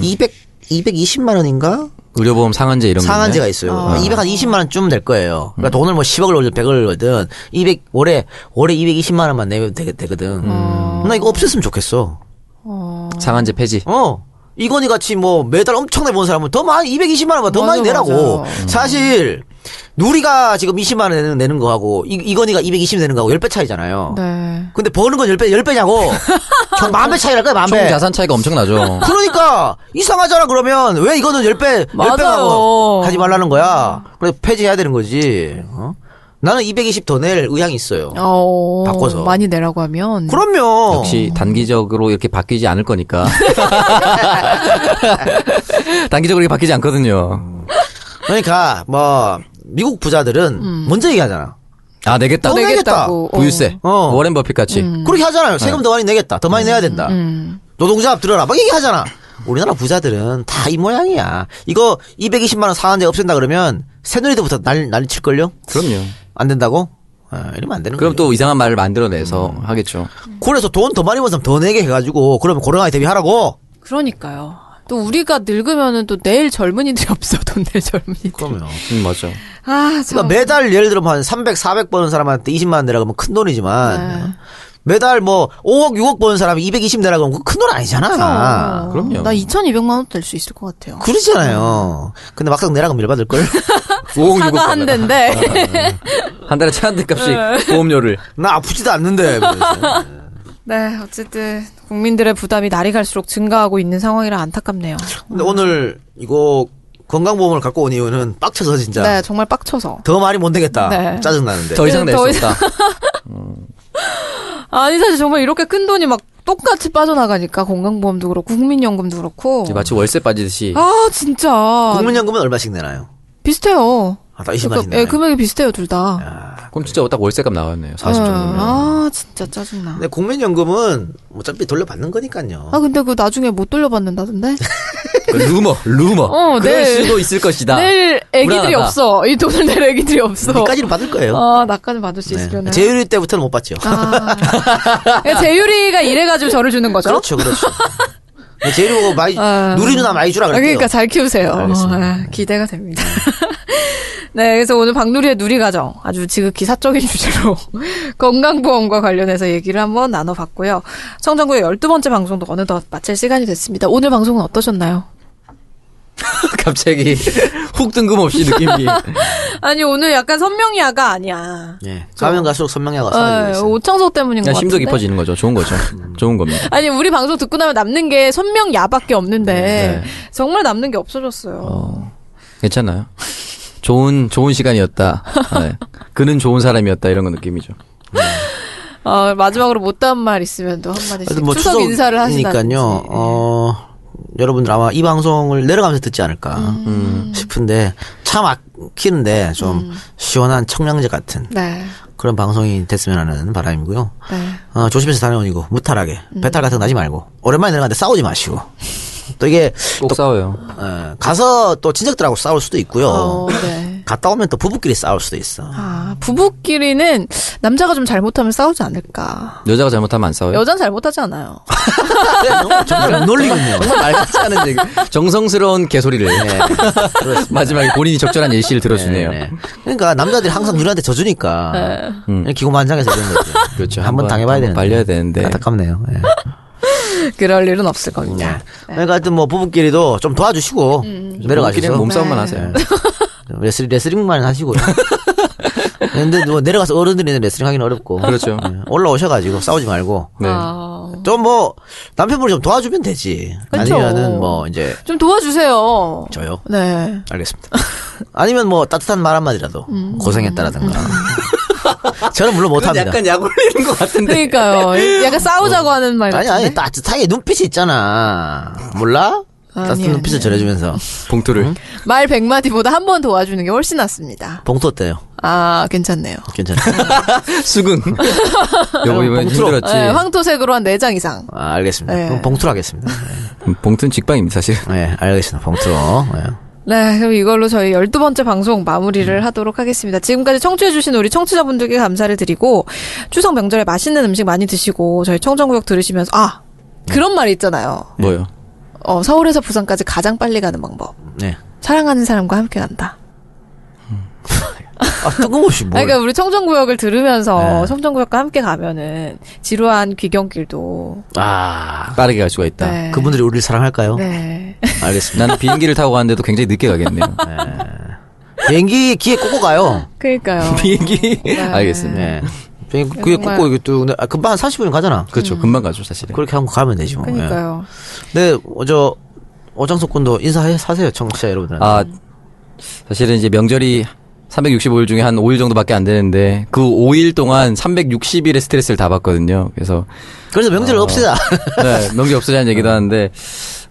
C: 200 220만 원인가
D: 의료보험 상한제 이런 거.
C: 상한제가 있어요. 200한 20만 원쯤 될 거예요. 그러니까 돈을 뭐 10억을 올든 100억을 올든
B: 음.
C: 음. 200 올해 올해 220만 원만 내면 되, 거든 나 이거 없앴으면 좋겠어.
D: 상한제 폐지.
C: 어. 이건희 같이 뭐 매달 엄청나게 번 사람은 더 많이 220만 원보다 더
B: 맞아,
C: 많이 내라고.
D: 음.
B: 맞아.
C: 사실 누리가 지금 20만 원 내는, 내는 거하고 이, 이건희가 220 내는 거하고 10배 차이잖아요.
B: 네.
C: 근데 버는 건 10배 10배냐고. 저 만배 차이랄 거야,
D: 총
C: 만배.
D: 자산 차이가 엄청나죠.
C: 그러니까 이상하잖아 그러면 왜 이거는 10배 10배 하고
B: 맞아요.
C: 하지 말라는 거야. 그래서 폐지해야 되는 거지. 어? 나는 220 더 낼 의향이 있어요.
B: 어,
C: 바꿔서.
B: 많이 내라고 하면.
C: 그럼요.
D: 역시 단기적으로 이렇게 바뀌지 않을 거니까. 단기적으로 이렇게 바뀌지 않거든요.
C: 그러니까 뭐 미국 부자들은
B: 음.
C: 먼저 얘기하잖아.
D: 아 내겠다.
C: 또 내겠다.
D: 보유세.
C: 어.
D: 워렌 버핏 같이.
B: 음.
C: 그렇게 하잖아요.
D: 네.
C: 세금 더 많이 내겠다. 더 많이 내야
D: 음.
C: 된다. 노동자 앞들어라. 막 얘기하잖아. 우리나라 부자들은 다 이 모양이야. 이거 220만 원 상한제 없앤다 그러면 새누리들부터 난리 난리 칠걸요?
D: 그럼요.
B: 음.
C: 안 된다고? 아, 이러면 안 되는 거예요.
D: 그럼 또 이상한 말을 만들어내서
B: 음.
D: 하겠죠.
C: 그래서 돈 더 많이 번 사람 더 내게 해가지고 그러면 고령화에 대비하라고.
B: 그러니까요. 또 우리가 늙으면은 또 내일 젊은이들이 없어. 돈 낼 젊은이들.
C: 그럼요.
D: 음, 맞죠.
B: 아, 참.
C: 그러니까 매달 예를 들어 한 300, 400 버는 사람한테 20만 원 내라고 하면 큰 돈이지만
D: 네.
C: 매달 뭐 5억, 6억 버는 사람이 220 내라고 하면 큰 돈 아니잖아.
D: 그럼요.
B: 나 2,200만 원 될 수 있을 것 같아요.
C: 그러잖아요. 근데 막상 내라고 밀받을 걸.
B: 사과 한 대인데.
D: 네. 한 달에 차 한 대 값씩 보험료를.
C: 나 아프지도 않는데. 뭐 그래서.
B: 네, 어쨌든 국민들의 부담이 날이 갈수록 증가하고 있는 상황이라 안타깝네요.
C: 근데 오늘 이거 건강보험을 갖고 온 이유는 빡쳐서 진짜
B: 네, 정말 빡쳐서.
C: 더 많이 못 내겠다.
B: 네.
C: 짜증 나는데.
D: 더 이상 낼
B: 더
D: 수
B: 이상-
D: 없다.
B: 아니 사실 정말 이렇게 큰 돈이 막 똑같이 빠져나가니까 건강보험도 그렇고 국민연금도 그렇고.
D: 이제 마치 월세 빠지듯이.
B: 아 진짜
C: 국민연금은 얼마씩 내나요?
B: 비슷해요.
C: 아, 나 20만씩
B: 예,
C: 내나요?
B: 금액이 비슷해요 둘 다.
D: 그럼 진짜 딱 월세값 나왔네요. 40
B: 예,
D: 아, 정도면. 네.
B: 아 진짜 짜증나.
C: 근데 국민연금은 어차피 돌려받는 거니까요.
B: 아 근데 그 나중에 못 돌려받는다던데?
D: 그 루머, 루머.
B: 어, 네.
D: 그럴
B: 내일-
D: 수도 있을 것이다.
B: 내일 애기들이
D: 불안하다.
B: 없어. 이 돈을 낼 애기들이 없어.
C: 까지는 받을 거예요.
B: 아 나까지 받을 수
C: 네.
B: 있으려나?
C: 제율이 때부터는 못 받죠.
B: 아. 그러니까 제유리가 이래가지고 저를 주는 거죠?
C: 그렇죠, 그렇죠. 근데 제율이 보고 많이
B: 아.
C: 누리 누나 많이 주라
B: 아,
C: 그랬대요.
B: 그러니까 잘 키우세요. 아, 기대가 됩니다. 네, 그래서 오늘 박누리의 누리가정 아주 지극히 사적인 주제로 건강보험과 관련해서 얘기를 한번 나눠봤고요. 청정구의 12번째 방송도 어느덧 마칠 시간이 됐습니다. 오늘 방송은 어떠셨나요?
D: 갑자기 훅 뜬금없이 느낌이.
B: 아니, 오늘 약간 선명야가 아니야.
C: 예. 가면 갈수록 선명해가
B: 네,
C: 사라지고 있어요.
B: 오창석 때문인 것
D: 그냥 심도
B: 같은데. 음.
D: 깊어지는 거죠. 좋은 거죠. 좋은 겁니다.
B: 아니, 우리 방송 듣고 나면 남는 게 선명야밖에 없는데
D: 네.
B: 정말 남는 게 없어졌어요.
D: 어, 괜찮아요. 좋은 좋은 시간이었다. 네. 그는 좋은 사람이었다 이런 거 느낌이죠.
B: 어, 마지막으로 못다한 말 있으면 또 한마디씩
C: 그래도 뭐
B: 추석 인사를 하시다니까요. 네.
C: 추석이니까요. 어, 여러분들 아마 이 방송을 내려가면서 듣지 않을까
B: 음.
C: 음, 싶은데 참 아끼는데 좀
B: 음.
C: 시원한 청량제 같은
B: 네.
C: 그런 방송이 됐으면 하는 바람이고요.
B: 네.
C: 어, 조심해서 다녀오니고 무탈하게
B: 음.
C: 배탈 같은 거 나지 말고 오랜만에 내려가는데 싸우지 마시고 또 이게
D: 꼭 싸워요.
C: 어, 가서 또 친척들하고 싸울 수도 있고요.
B: 어, 네.
C: 갔다 오면 또 부부끼리 싸울 수도 있어.
B: 아, 부부끼리는 남자가 좀 잘못하면 싸우지 않을까.
D: 여자가 잘못하면 안 싸워요.
B: 여잔 잘못하지 않아요.
C: 네, 너무 정말 놀리군요.
D: 정말 말 같지 않은 얘기. 정성스러운 개소리를 마지막에 본인이 적절한 예시를 들어주네요. 네.
C: 네, 네. 그러니까 남자들이 항상 누나한테 져주니까 음, 기고만장해서 이런 거죠.
D: 그렇죠.
C: 한번
D: 한번-
C: 당해봐야
D: 한번
C: 되는데.
D: 발려야 되는데.
C: 안타깝네요. 예.
B: 그럴 일은 없을
C: 네.
B: 겁니다.
C: 그러니까 하여튼 뭐 부부끼리도 좀 도와주시고 내려가셔서
D: 음, 부부끼리는 몸싸움만 하세요.
C: 레슬 레슬링만 하시고요. 근데 뭐 내려가서 어른들이 레슬링 하기는 어렵고
D: 그렇죠.
C: 예. 올라오셔가지고 싸우지 말고
D: 네.
B: 아,
C: 좀 뭐 남편분이 좀 도와주면 되지.
B: 그쵸.
C: 아니면은 뭐 이제
B: 좀 도와주세요.
C: 저요.
B: 네.
C: 알겠습니다. 아니면 뭐 따뜻한 말 한마디라도
B: 음.
C: 고생했다라든가. 저는 물론 못합니다.
D: 약간 약 올리는 것 같은데.
B: 그러니까요. 약간 싸우자고 하는 말
C: 어. 아니
B: 같은데.
C: 아니 따뜻하게 눈빛이 있잖아. 몰라?
B: 아니,
C: 따뜻한
B: 아니.
C: 눈빛을 전해주면서
D: 봉투를.
B: 말 100마디보다 한 번 도와주는 게 훨씬 낫습니다.
C: 봉투 어때요? 어,
B: 아, 괜찮네요.
C: 괜찮아요.
D: 수긍. 요거 이번에
C: 봉투로.
D: 힘들었지.
B: 네, 황토색으로 한 4장 이상.
C: 아, 알겠습니다.
B: 네.
C: 그럼 봉투로 하겠습니다.
D: 음, 봉투는 직방입니다, 사실.
C: 네, 알겠습니다. 봉투로. 네.
B: 네, 그럼 이걸로 저희 12번째 방송 마무리를
C: 음.
B: 하도록 하겠습니다. 지금까지 청취해주신 우리 청취자분들께 감사를 드리고, 추석 명절에 맛있는 음식 많이 드시고, 저희 청정구역 들으시면서, 아! 그런 말이 있잖아요.
D: 뭐요?
B: 어, 서울에서 부산까지 가장 빨리 가는 방법.
C: 네.
B: 사랑하는 사람과 함께 간다.
C: 아, 뜬금없이 뭘.
B: 아니, 그러니까 우리 청정구역을 들으면서
C: 네.
B: 청정구역과 함께 가면은 지루한 귀경길도
C: 아,
D: 빠르게 갈 수가 있다.
B: 네.
C: 그분들이 우리를 사랑할까요?
B: 네.
C: 알겠습니다.
D: 나는 비행기를 타고 가는데도 굉장히 늦게 가겠네요.
C: 비행기 기에 꽂고 가요.
B: 그러니까요.
D: 비행기. 알겠습니다.
C: 네. 비행기 기에
B: 정말. 네.
C: 꽂고, 이게 또, 근데 아, 금방 한 40분 가잖아.
D: 그렇죠. 금방 가죠, 사실은.
C: 그렇게 하고 가면 되지 뭐.
B: 그러니까요.
C: 네, 저, 어장석 군도 인사하세요, 청취자 여러분들. 아,
D: 아, 사실은 이제 명절이 365일 중에 한 5일 정도밖에 안 되는데 그 5일 동안 360일의 스트레스를 다 받거든요. 그래서
C: 그래서 명절
D: 어.
C: 없애자.
D: 네, 명절 없애자는 얘기도 하는데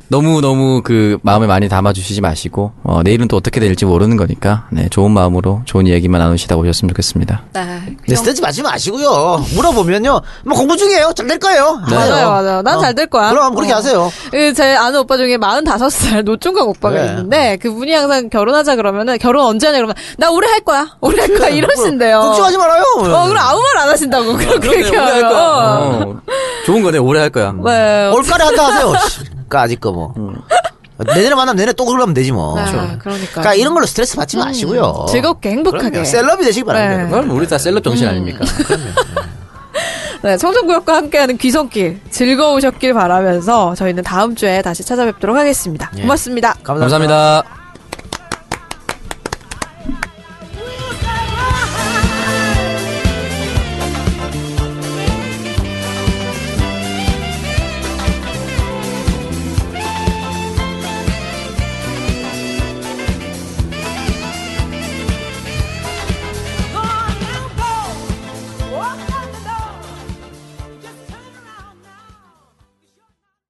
D: 너무 너무 그 마음에 많이 담아주시지 마시고 어, 내일은 또 어떻게 될지 모르는 거니까 네, 좋은 마음으로 좋은 이야기만 나누시다 오셨으면 좋겠습니다.
B: 네.
C: 네, 스트레스 맞지 마시고요. 물어보면요. 뭐 공부 중이에요. 잘 될 거예요. 하세요.
B: 맞아요, 맞아요. 난
C: 어.
B: 잘 될 거야.
C: 그럼 그렇게
B: 어.
C: 하세요.
B: 그 제 아는 오빠 중에 45살 노총각 오빠가
C: 네.
B: 있는데 그분이 항상 결혼하자 그러면은 결혼 언제 하냐 그러면 나 올해 할 거야. 올해 할
C: 네.
B: 거야 아, 이러신대요.
C: 걱정하지 말아요.
B: 어, 그럼 아무 말 안 하신다고 그렇게
D: 할
B: 얘기하면.
D: 거야.
B: 어.
D: 어, 좋은 거네. 오래 할 거야.
C: 어.
B: 네.
C: 올가래 한다 하세요. 씨, 까짓 거 뭐. 내년에 만나면 내년에 또 그러면 되지 뭐.
B: 아,
C: 그렇죠.
B: 그러니까.
C: 그러니까 이런 걸로 스트레스 받지 마시고요.
B: 즐겁게 행복하게.
C: 그럼요. 뭐 셀럽이 되시기
B: 네.
C: 바랍니다. 여러분.
D: 그럼 우리 다 셀럽 정신 아닙니까?
B: 네, 청정구역과 함께하는 귀성길
C: 예.
B: 즐거우셨길 바라면서 저희는 다음 주에 다시 찾아뵙도록 하겠습니다. 고맙습니다.
D: 감사합니다.